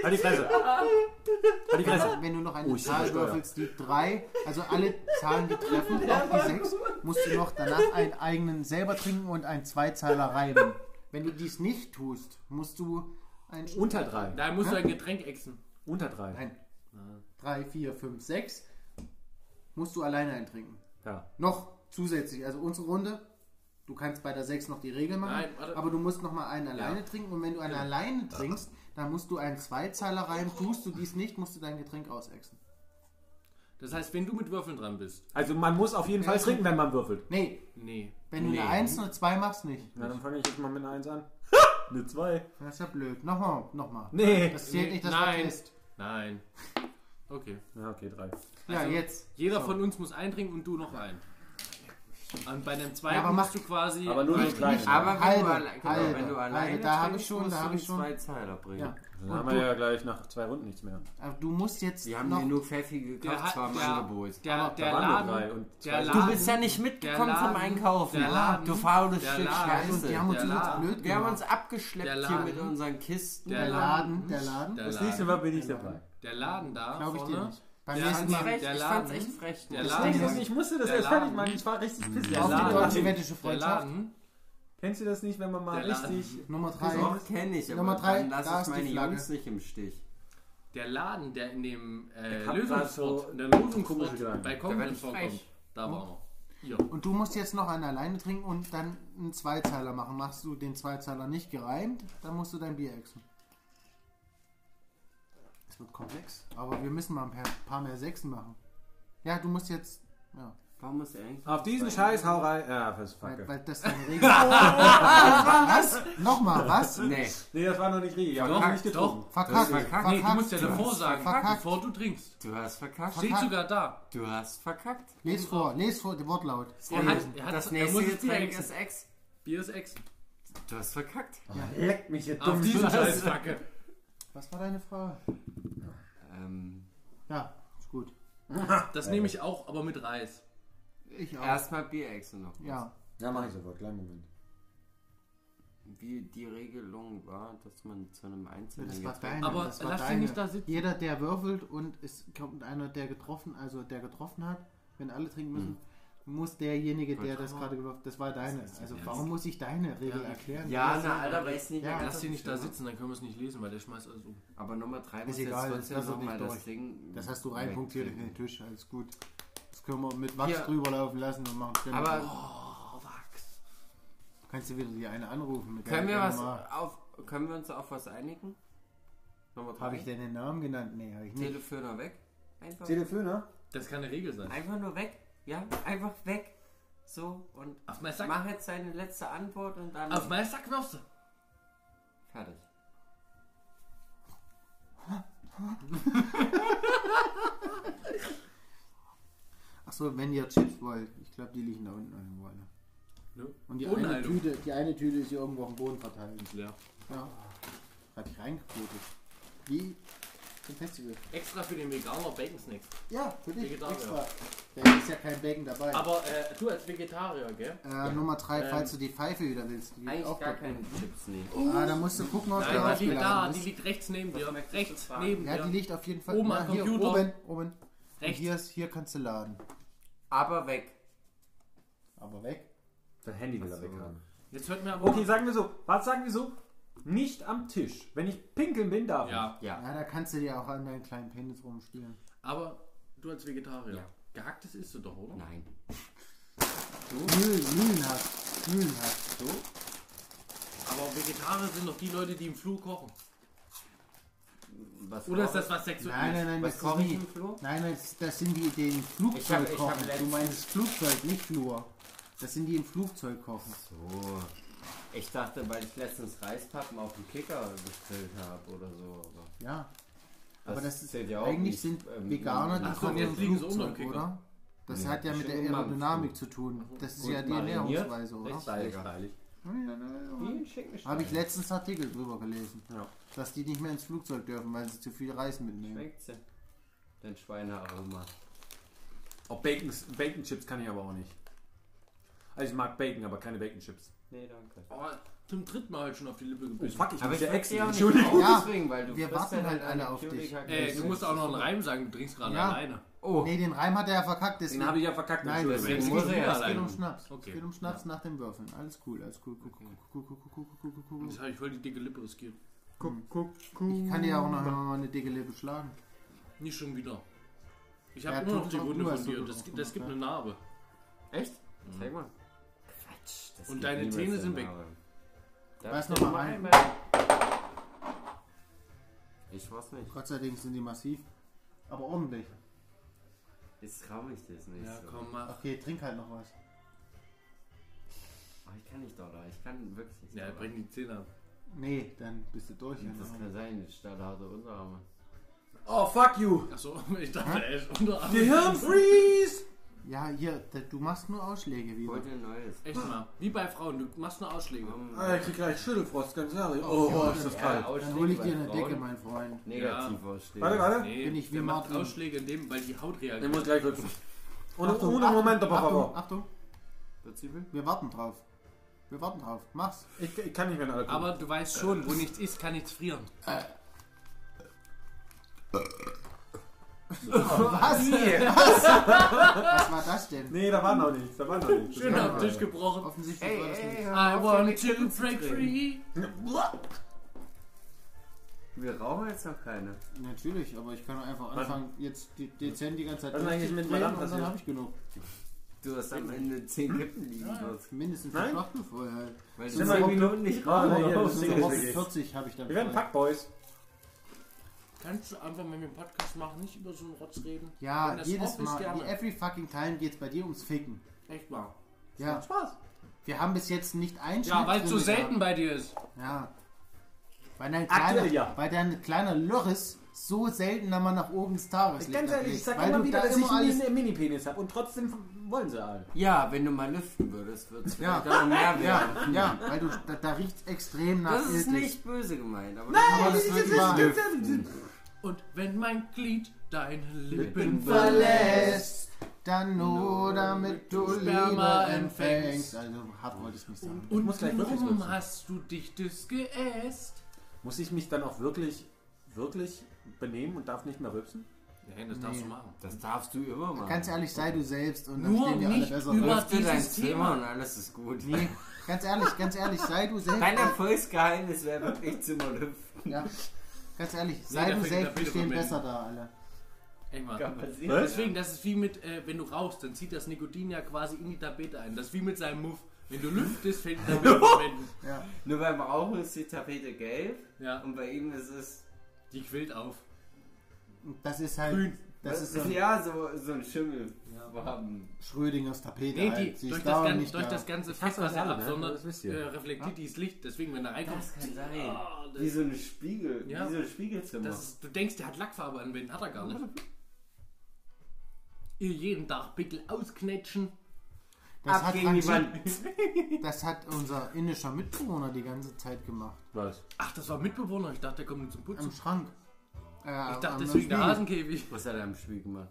F: Halt die Fresse! Halt die Fresse!
C: Also, wenn du noch eine
F: Oh, ich bin
C: Zahl
F: Steuer.
C: würfelst, die drei, also alle Zahlen, die treffen, auch die sechs, musst du noch danach einen eigenen selber trinken und einen Zweizahler reiben. Wenn du dies nicht tust, musst du ein
F: Unter drei.
D: Da musst du ein Getränk exen.
F: Unter drei.
C: Nein. 3, 4, 5, 6. Musst du alleine eintrinken.
F: Ja.
C: Noch zusätzlich, also unsere Runde. Du kannst bei der 6 noch die Regel machen,
D: Nein, warte.
C: aber du musst noch mal einen alleine trinken. Und wenn du einen alleine trinkst, dann musst du einen Zweizeiler rein. Tust du dies nicht, musst du dein Getränk ausexen.
D: Das heißt, wenn du mit Würfeln dran bist.
F: Also man muss auf jeden Fall trinken, wenn man würfelt.
C: Nee,
D: Nee.
C: wenn du eine 1 oder 2 machst, nicht.
F: Na, dann fange ich jetzt mal mit einer 1 an. Eine 2.
C: Das ist ja blöd. Nochmal, nochmal.
F: Nee.
C: Das zählt nicht, das war
D: Nein.
C: Test.
D: Nein. Okay.
F: Ja, okay, 3.
C: Ja,
D: Also,
C: jetzt.
D: Jeder von uns muss eintrinken und du noch einen. Und bei einem zweiten
C: Ja, aber
D: musst
C: mach-
D: du quasi.
F: Aber nur
D: Weil-
F: die kleinen.
B: Aber wenn,
C: Halbe,
B: du, alle, genau,
C: halbe,
B: wenn du
C: halbe.
B: alleine
C: Da hab ich
B: trinkst,
C: schon,
B: musst
C: da hab
B: du
C: ich
B: die
C: schon.
B: zwei Zeiler bringen.
C: Ja.
F: Dann
C: Und
F: haben wir
C: du,
F: ja gleich nach zwei Runden nichts mehr.
C: aber du musst jetzt
B: Die haben
C: noch
B: mir nur pfeffige
D: Der,
B: gekauft, zwar im
D: der,
B: Angebot.
D: Der, der,
F: Da waren nur drei
D: Laden.
F: und
D: Der
F: zwei-
D: Laden.
B: Du bist ja nicht mitgekommen
D: der
B: zum
D: Laden,
B: Einkaufen.
D: der Laden,
B: du faules
D: der
B: Stück
D: Laden.
C: Ja, und
B: Scheiße.
C: die haben uns
D: Der
C: übelst
D: Laden.
C: blöd
B: Wir haben
C: gemacht.
B: uns abgeschleppt
D: Der
B: hier
D: Laden.
B: mit unseren Kisten.
D: Der
C: Der Laden, der Laden.
D: Der
F: Das
D: Laden.
F: nächste Mal bin ich dabei.
D: Der Laden da.
C: Glaube ich dir
D: vorne.
C: nicht. Beim
D: Der
B: Ich
C: nächsten
B: fand's
D: Laden.
C: Mal.
B: frech,
D: Der
B: ich
D: Laden.
B: fand's echt frech.
D: Der
F: Das
D: Laden.
F: Ding ist, ich musste das
D: Der
F: erst fertig
D: Laden.
F: machen. Ich war richtig pissig.
D: Der
C: auf die
D: Laden.
C: deutsch-schwedische
D: Der
C: Freundschaft.
D: Laden.
F: Kennst du das nicht, wenn man mal
D: Der Laden.
F: richtig...
C: Nummer
B: Doch,
C: 3.
B: kenne ich, aber
C: Nummer drei,
B: dann
C: da
B: lasse ich
C: ist die
B: meine
C: Flagge.
B: Jungs nicht im Stich.
D: Der Laden, der in dem äh,
F: hat grad so
D: Löwenspot, in der Löwenspot
F: komische Gedanken.
D: bei
B: Da
D: Kongren
B: werd ich
D: vorkommt.
B: frech.
D: Da war er. Ja.
C: Und du musst jetzt noch einen alleine trinken und dann einen Zweizeiler machen. Machst du den Zweizeiler nicht gereimt, dann musst du dein Bier exen. Es wird komplex. Aber wir müssen mal ein paar, paar mehr Sechsen machen. Ja, du musst jetzt. Ja,
B: Warum muss er eigentlich.
D: Ah.
F: Auf diesen
B: zwei-
F: Scheiß hau rein. Ja, das ist
C: weil,
F: Facke.
C: weil das *laughs* deine Regel Was? Nochmal, was?
B: Nee,
F: Nee, das war noch nicht richtig. Ich habe
D: Doch,
F: noch nicht getrunken.
C: Verkackt.
B: Das ist verkackt.
D: Nee, du musst ja
C: Verkackt.
D: davor sagen,
C: Verkackt.
D: bevor du trinkst.
B: du hast verkackt.
D: Steht
C: Verkackt.
D: sogar da.
B: Du hast verkackt.
C: Les vor, les vor, den Wortlaut.
D: Er hat, er hat, er muss
B: Das nächste
D: jetzt Bier
B: Getränk ist
D: exen.
B: Ex.
D: Bier ist Ex.
B: Du hast verkackt.
F: Leck mich jetzt
D: Auf
F: *laughs*
D: diesen Scheißfacke.
C: Was war deine Frage?
B: Ähm,
C: Ja, ist gut.
D: Das nehme ich auch, aber mit Reis.
C: Ich auch.
B: Erstmal Bier exen noch.
C: Ja.
F: Ja, mach ich sofort. Kleinen Moment.
B: Wie die Regelung war, dass man zu einem einzelnen
C: Das war
B: Getränk-
C: deine.
D: Aber
C: das war
D: lass sie
C: deine.
D: nicht da sitzen.
C: Jeder, der würfelt und es kommt einer, der getroffen, also der getroffen hat, wenn alle trinken müssen, muss derjenige, der das gerade gewürfelt, Hm. das war deine. Also warum muss ich deine Regel erklären?
B: Ja, na, Alter, weiß nicht
C: Ja,
B: mehr.
D: Lass sie nicht da sitzen, dann können wir es nicht lesen, weil der schmeißt alles um.
B: Aber Nummer 3 muss
C: egal,
B: jetzt
C: das
B: trotzdem
C: lass uns
B: nochmal
C: nicht
B: das
C: durch.
B: Ding.
C: Das hast du reinpunktiert in den
B: wegkriegen.
C: Tisch, alles gut. Das können wir mit Wachs
B: Hier.
C: drüber laufen lassen und machen. Können
B: Aber
D: Oh,
C: kannst du wieder die eine anrufen mit
B: können, wir
C: der
B: was
C: Nummer.
B: auf, können wir uns auf was einigen? Nummer 3.
C: Habe ich denn den Namen genannt? Nee, habe ich nicht. ne?
B: Teleföhner weg. Einfach,
F: Teleföhner?
D: Das kann eine Regel sein.
B: einfach nur weg. Ja, einfach weg. So und
D: Auf meinen Sack.
B: mach jetzt deine letzte Antwort und dann
D: Auf meinen Sack wirfst du.
B: fertig.
C: Achso, wenn ihr Chips wollt, ich glaube, die liegen da unten irgendwo alle.
D: Ne?
C: Und die eine,
D: Bodenhaltung.
C: Tüte, die eine Tüte ist hier irgendwo auf dem Boden verteilt.
D: Ja.
C: Ja. Hab ich reingeputet. Wie zum Festival.
D: Extra für den Veganer Bacon Snacks.
C: Ja, für dich
D: Vegetarier.
C: extra. Da ist ja kein Bacon dabei.
D: Aber äh, du als Vegetarier, gell?
C: äh, Nummer 3, falls du die Pfeife wieder willst. Die
B: Eigentlich
C: auch
B: gar
C: da
B: keine Chips nehmen.
C: drin. Ah, da musst du gucken, ob
D: Nein,
C: der
D: die liegt da,
C: aufgeladen
D: die
C: ist.
D: liegt rechts neben dir.
B: merkst du zu
D: Rechts
B: fragen?
D: neben
C: Ja, die
D: dir.
C: liegt auf jeden Fall.
D: Oben
C: Na,
D: am
C: hier,
D: Computer.
C: oben, oben. Und
D: Rechts.
C: hier, ist, hier kannst du laden.
B: Aber weg.
C: Aber weg.
F: Dein Handy will er weg haben.
D: Jetzt hört mir aber
F: Okay, sagen wir so. Was sagen wir so? Nicht am Tisch. Wenn ich pinkeln bin, darf ich.
D: Ja,
B: Ja.
C: Ja, da kannst du dir auch an deinen kleinen Penis rumspielen.
D: aber du als Vegetarier.
B: Ja.
D: Gehacktes isst du doch, oder?
B: Nein.
C: Mühlen, Mühlen hast. Mühlen hast.
D: So? Aber Vegetarier sind doch die Leute, die im Flur kochen.
B: Was
D: Oder ist
B: brauche
D: das was sexuell?
C: Nein, nein, nein,
B: ich? Was
C: das ist
B: koche ich
C: nie.
B: im Flo?
C: Nein, nein, das, das sind die, die im
B: Ich hab-
C: Flugzeug
B: ich hab
C: kochen. Du
B: letztens-
C: meinst Flugzeug, nicht Flur. Das sind die im Flugzeug kochen.
B: So. Ich dachte, weil ich letztens Reispappen auf dem Kicker bestellt habe oder so. Aber
C: Ja. Aber das, ist
B: zählt ja auch
C: eigentlich
B: nicht,
C: sind
B: ähm,
C: Veganer,
B: ähm,
C: die
D: Ach so, und
C: kochen
D: jetzt
C: im
D: fliegen sie um
C: Flugzeug,
D: den Kicker.
C: oder? Das
B: Nee,
C: hat ja
B: schön
C: mit der
B: gemampft,
C: Aerodynamik
B: du.
C: zu tun. Das ist
B: Und
C: ja die
B: mariniert.
C: Ernährungsweise, oder?
B: Steilig, steilig.
C: Habe ich letztens Artikel drüber gelesen,
B: Ja.
C: dass die nicht mehr ins Flugzeug dürfen, weil sie zu viel Reis mitnehmen.
B: Schmeckt sie? Dein Hm. Schweinearoma.
F: Auch Bacon, Bacon Chips kann ich aber auch nicht. Also ich mag Bacon, aber keine Bacon Chips.
B: Nee, danke.
D: Oh, zum dritten Mal halt schon auf die Lippe
F: Oh,
D: gebissen.
F: fuck, ich
B: Aber
F: muss
B: ich
F: ja
B: wächst
F: exen.
B: ja auch nicht
F: Entschuldigung.
B: auf,
C: Ja,
B: deswegen, weil du
C: wir
B: frisst
C: warten
B: ja
C: halt
B: dann
C: alle
B: eine
C: auf dich.
B: Currykacke.
D: Ey, Äh, du musst auch noch einen Reim sagen, du trinkst gerade
C: Ja.
D: alleine.
B: Oh,
C: Nee, den Reim hat er ja verkackt,
F: Den habe
C: deswegen.
F: ich ja verkackt.
C: Nein,
F: Entschuldigung.
B: deswegen
D: Jetzt
B: muss
D: geht's
B: er
D: wieder
B: ja.
C: Es geht um
D: alleine.
C: Schnaps.
D: Okay.
C: Es geht um Schnaps nach dem Würfeln. Alles cool, alles cool. Cool, cool, cool, cool, cool, cool, cool, cool,
D: Jetzt habe ich voll die dicke Lippe riskiert.
C: cool. Ich kann dir auch noch mal eine dicke Lippe schlagen.
D: Nicht schon wieder. Ich
C: Ja,
D: habe immer noch
C: du-
D: die
C: du
D: Wunde
C: hast
D: von
C: so
D: dir.
C: gut
D: Das,
C: drauf
D: das gibt
C: gemacht,
D: eine Narbe.
B: Echt?
D: Mhm.
B: Zeig mal.
I: Quatsch.
D: Und deine Zähne sind weg.
C: Weiß noch mal rein.
B: Ich weiß nicht.
C: Gott sei Dank sind die massiv. Aber ordentlich.
I: Jetzt trau mich das nicht.
D: Ja,
I: so.
D: komm, mach.
C: Okay, trink halt noch was.
I: Oh, ich kann nicht doller. Ich kann wirklich nicht.
D: Ja,
I: doller.
D: bring die Zähne ab.
C: Nee, dann bist du durch. wenn
I: Das
C: du-
I: kann sein. Ich stalle harte Unterarme.
F: Oh, fuck you.
D: Achso, *laughs* ich dachte, er ist unter
F: Gehirnfreeze!
C: Ja, hier, da- du machst nur Ausschläge wieder.
I: Heute ein neues.
D: Echt mal. Wie bei Frauen, du machst nur Ausschläge.
F: Ah,
B: äh,
F: ich krieg gleich Schüttelfrost, ganz ehrlich. Oh, oh ist das kalt.
C: Dann hole ich dir eine Decke, mein Freund.
I: Negativ ausstehen.
F: Warte, warte.
D: Nee,
C: Bin ich wie
D: der macht
C: Martin.
D: Ausschläge in dem, weil die Haut
F: Der
D: reagiert.
F: muss gleich hüpfen. Ohne,
C: Achtung,
F: ohne
C: Achtung,
F: Moment, aber
C: Achtung,
F: aber.
C: Achtung,
I: Prinzipien?
C: wir warten drauf. Wir warten drauf. Mach's.
F: Ich, ich kann nicht mehr in alle gucken.
D: Aber du weißt schon, wo nichts ist, kann nichts frieren.
C: Was? Was war das denn?
F: Nee, da war noch nichts. Da war noch nichts. Das
D: Schön auf
F: war-
D: den Tisch gebrochen.
C: Offensichtlich war das nicht.
D: I want to break free.
I: Wir rauchen jetzt noch keine.
C: Natürlich, aber ich kann einfach anfangen, jetzt de dezent die ganze Zeit
F: Was ist eigentlich mit
C: durchzudrehen
F: Madame
C: und dann
F: passiert?
C: habe ich genug.
I: Du hast am Ende 10 Kippen liegen dort.
C: Mindestens
F: Nein.
C: eine Schachtel voll halt.
I: Weil
F: Sind
I: du
F: wir
I: 10
F: irgendwie-
I: Minuten nicht
F: Ah, nee, hier, das
I: rauchst.
F: ist
C: Also
F: wirklich
C: auf
F: eklig.
C: 40 habe ich dann.
F: Wir werden
C: voll.
F: Packboys.
D: Kannst du einfach, wenn wir einen Podcast machen, nicht über so einen Rotz reden? Wenn
C: Ja,
D: das
C: jedes
D: offen ist,
C: Mal.
D: gerne.
C: In every fucking time geht's bei dir ums Ficken.
D: Echt mal.
C: Ja.
F: Spaß.
C: Wir haben bis jetzt nicht einen
D: Ja,
C: Schnitt
D: weil es so
C: drin gehabt.
D: selten bei dir ist.
C: Ja. Weil dein
F: Aktuell,
C: kleiner,
F: ja.
C: weil dein kleiner Loris so selten einmal nach oben des Tages
F: Ganz ehrlich, ich sag
C: weil
F: immer
C: du
F: wieder,
C: da
F: dass ich
C: immer alles.
F: einen Mini-Penis habe und trotzdem wollen sie alle.
B: Ja, wenn du mal lüften würdest, würde es
C: Ja.
B: vielleicht auch noch mehr werden.
C: Ja, ja, weil du da, da riecht's extrem nach.
B: Das ist
C: Iltis.
B: nicht böse gemeint, aber
C: Aber das
B: das
C: ist
B: wird
C: wahr.
B: lüften.
D: Und wenn mein Glied deine Lippen
C: verlässt, dann nur damit du
D: Sperma
C: Liebe empfängst.
D: empfängst.
C: Also hart wollte ich nicht sagen.
D: Und
F: muss gleich wirklich
D: warum
F: nutzen.
D: hast du dich das geäst?
F: Muss ich mich dann auch wirklich, wirklich benehmen und darf nicht mehr rübsen?
D: Nein, das darfst du machen.
B: Das darfst du immer machen.
C: Ganz ehrlich, sei du selbst und dann
D: Nur
C: stehen wir alle
D: nicht
C: besser.
D: über-
C: da.
B: Lüfte dein
D: dieses
B: Zimmer
D: Thema.
B: und alles ist gut.
C: Nee, ganz ehrlich, ganz ehrlich, sei du selbst.
B: Dein Erfolgsgeheimnis wäre wirklich Zimmer lüften.
C: ja, ganz ehrlich, sei
D: Nee, da
C: du
D: fängt- da
C: selbst, wir
D: fehlt
C: stehen
D: Moment.
C: besser da alle.
D: Echt mal.
F: Was?
D: Deswegen, das ist wie mit, äh, wenn du rauchst, dann zieht das Nikotin ja quasi in die Tapete ein. Das ist wie mit seinem Muff. Wenn du lüftest, fällt die Tapete verwenden.
C: Ja.
B: Nur beim Rauchen ist die Tapete gelb
D: Ja,
B: und bei ihm ist es.
D: die quillt auf.
C: Und Das ist halt.
D: Grün.
C: Das ist so ein
B: ja, so, so ein Schimmel. Farben.
C: Schrödingers Tapete.
D: Nee,
C: halt.
D: die,
C: Sie
D: durch,
C: ist
D: das
C: da und
D: gan-
C: nicht
D: durch
C: da.
D: das ganze
F: hasse
D: Fett, was
F: das
D: er
F: alle, ne?
D: absondert,
F: Das wisst
D: äh,
F: ihr.
D: reflektiert dieses Licht. Deswegen, wenn er reinkommt,
B: Das kann sein.
D: Ah, das-
B: Wie so ein Spiegel.
D: Ja.
B: Wie so ein Spiegelzimmer.
D: das ist, du denkst, der hat Lackfarbe an, wenn hat er gar nicht. Ihr jeden Tag Pickel ausknetschen.
C: Das
B: Ab
C: hat,
B: gegen die
C: Franzi-
B: Wand.
C: *laughs*
D: *laughs*
C: das hat unser indischer Mitbewohner die ganze Zeit gemacht.
F: Was?
D: Ach, das war Mitbewohner. Ich dachte, der kommt nur zum Putzen.
C: Am Schrank. Äh,
D: Ich dachte,
C: am
D: deswegen der
C: Spiegel.
D: Hasenkäfig.
B: Was hat er am Spiegel gemacht?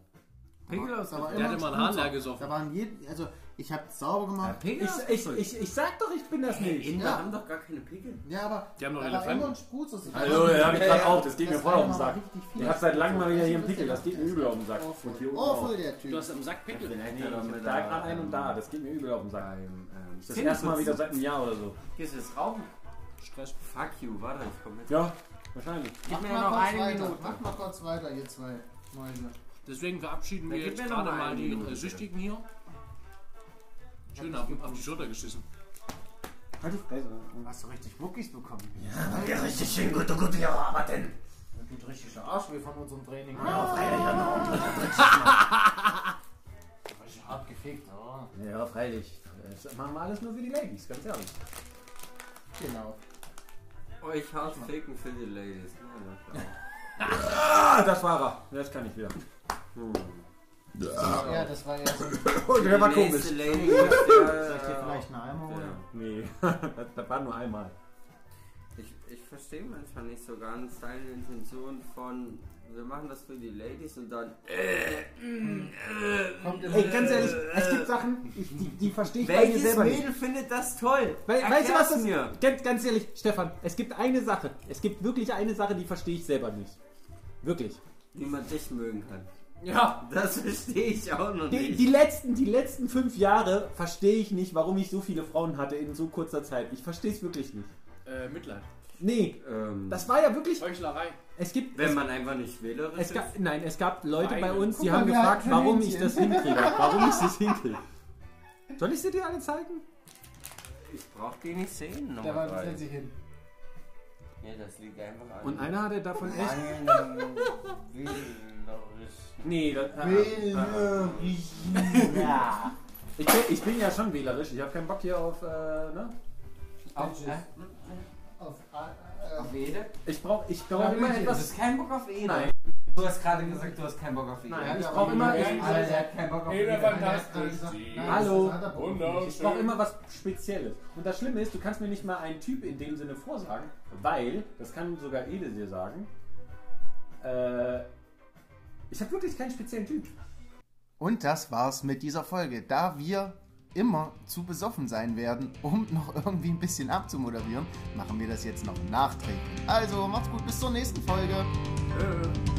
C: Pegel aus der
D: Der hatte mal einen Haarleer gesoffen.
C: Da waren jeden, also ich habe sauber gemacht.
B: Pegel?
F: Ich, ich, ich, ich sag doch, ich bin das nicht.
B: Inder
C: Ja.
B: haben doch gar keine Pickel.
C: Ja, aber
D: Die haben noch
C: da war
D: Elefanten.
C: immer ein Spruz. Also,
F: Hallo, da hab ich grad auch, das geht mir
C: Das
F: voll auf den
C: war
F: Sack.
C: richtig viel.
F: Ich hab seit langem mal wieder hier einen
C: Das ist
F: Pickel, das geht mir übel auf den Sack. Und hier unten
C: Oh,
F: auch.
C: voll der Typ.
D: Du hast am Sack Pickel.
B: Vielleicht
F: Nee,
B: hat er
F: ich
B: mit
F: hab da
B: der-
F: gerade einen und da, das geht mir übel auf den Sack.
B: Beim, ähm,
F: Das erste Mal wieder seit einem Jahr oder so.
B: Gehst du jetzt rauchen? Fuck you, warte, ich komm mit.
F: Ja, wahrscheinlich.
C: Mach
B: Gib mir
C: mal
B: noch
C: kurz
B: eine
C: weiter.
B: Minute.
C: Mach mal kurz weiter, ihr zwei Mäuse.
D: Deswegen verabschieden wir
B: Dann gib
D: jetzt
B: mir noch
D: gerade
B: mal
D: mal
B: eine
D: die
B: Minute,
D: äh, Süchtigen hier. Schön auf, auf die Schulter geschissen.
F: Halt die Fresse.
C: Hast du richtig Muckis bekommen?
I: Ja, richtig schön, gute, gute Jahre arbeiten.
C: Das geht richtig der Arsch wie von unserem Training.
F: Ah. *laughs*
C: Richtig genau. hart gefickt. Oh.
F: Ja, freilich. Das machen wir alles nur für die Ladies, ganz ehrlich.
C: Genau.
B: Euch hart Oh, ficken für die Ladies. Na, na, klar.
F: Ah, das war er. Das kann ich wieder.
C: Ja, das war ja so.
F: *laughs* Und der war
B: Die
F: komisch.
B: nächste Lady ist der-
C: Seid ihr vielleicht eine Alma
B: der-
C: oder?
F: Nee, *laughs* das war nur einmal.
B: Ich, ich verstehe manchmal nicht so ganz deine Intention von, wir machen das für die Ladies und dann. äh,
C: Kommt immer.
A: Ey, ganz ehrlich, es gibt Sachen, ich, die, die verstehe ich bei mir
B: Welches
A: äh, selber nicht.
B: Mädel findet das toll?
A: Wei- weißt du, was
B: Erklär's
A: das
B: mir.
A: Ganz, ganz ehrlich, Stefan, es gibt eine Sache. Es gibt wirklich eine Sache, die verstehe ich selber nicht. Wirklich.
B: Niemand dich mögen kann.
A: Ja.
B: Das verstehe ich auch noch
A: Die,
B: nicht.
A: die, letzten, die letzten fünf Jahre verstehe ich nicht, warum ich so viele Frauen hatte in so kurzer Zeit. Ich verstehe es wirklich nicht.
D: Äh, Mitleid.
A: Nee,
B: ähm,
A: das war ja wirklich.
D: Heuchlerei.
A: Es gibt.
B: wenn man einfach nicht wählerisch
A: Es
B: ist.
A: gab, nein, es gab Leute bei
D: Weinen.
A: uns, die
C: Guck mal,
A: haben
C: wir
A: gefragt,
C: hatten
A: warum
C: Händchen.
A: ich das hinkriege. Warum ich das hinkriege. Soll ich sie dir alle zeigen?
B: Ich brauch die nicht sehen.
C: Da
B: Nummer
C: war
B: drei.
C: plötzlich hin.
J: Ja, das liegt einfach an.
A: Und einer hatte davon echt.
J: Mangelnden Wilderischen.
A: Nee, das,
C: Ja.
A: ich, bin, ich bin ja schon wählerisch. Ich habe keinen Bock hier auf. Äh, ne?
C: Auf, äh, auf, äh,
J: Auf Ede?
A: Ich brauche ich brauch immer
J: Du
A: etwas.
J: hast keinen Bock auf Ede.
A: Nein.
J: Du hast gerade gesagt, du hast keinen Bock auf Ede.
A: Nein, ich brauche immer. Ich,
J: Alter, der hat keinen Bock auf
D: Ede
J: Ede.
D: fantastisch.
A: Hallo.
D: Wunderschön.
A: Ich brauche immer was Spezielles. Und das Schlimme ist, du kannst mir nicht mal einen Typ in dem Sinne vorsagen, weil, das kann sogar Ede dir sagen, äh, ich habe wirklich keinen speziellen Typ.
C: Und das war's mit dieser Folge. Da wir immer zu besoffen sein werden, um *laughs* noch irgendwie ein bisschen abzumoderieren, machen wir das jetzt noch nachträglich. Also macht's gut, bis zur nächsten Folge.
B: Äh.
C: Oh, Oh, Oh, Oh, Oh,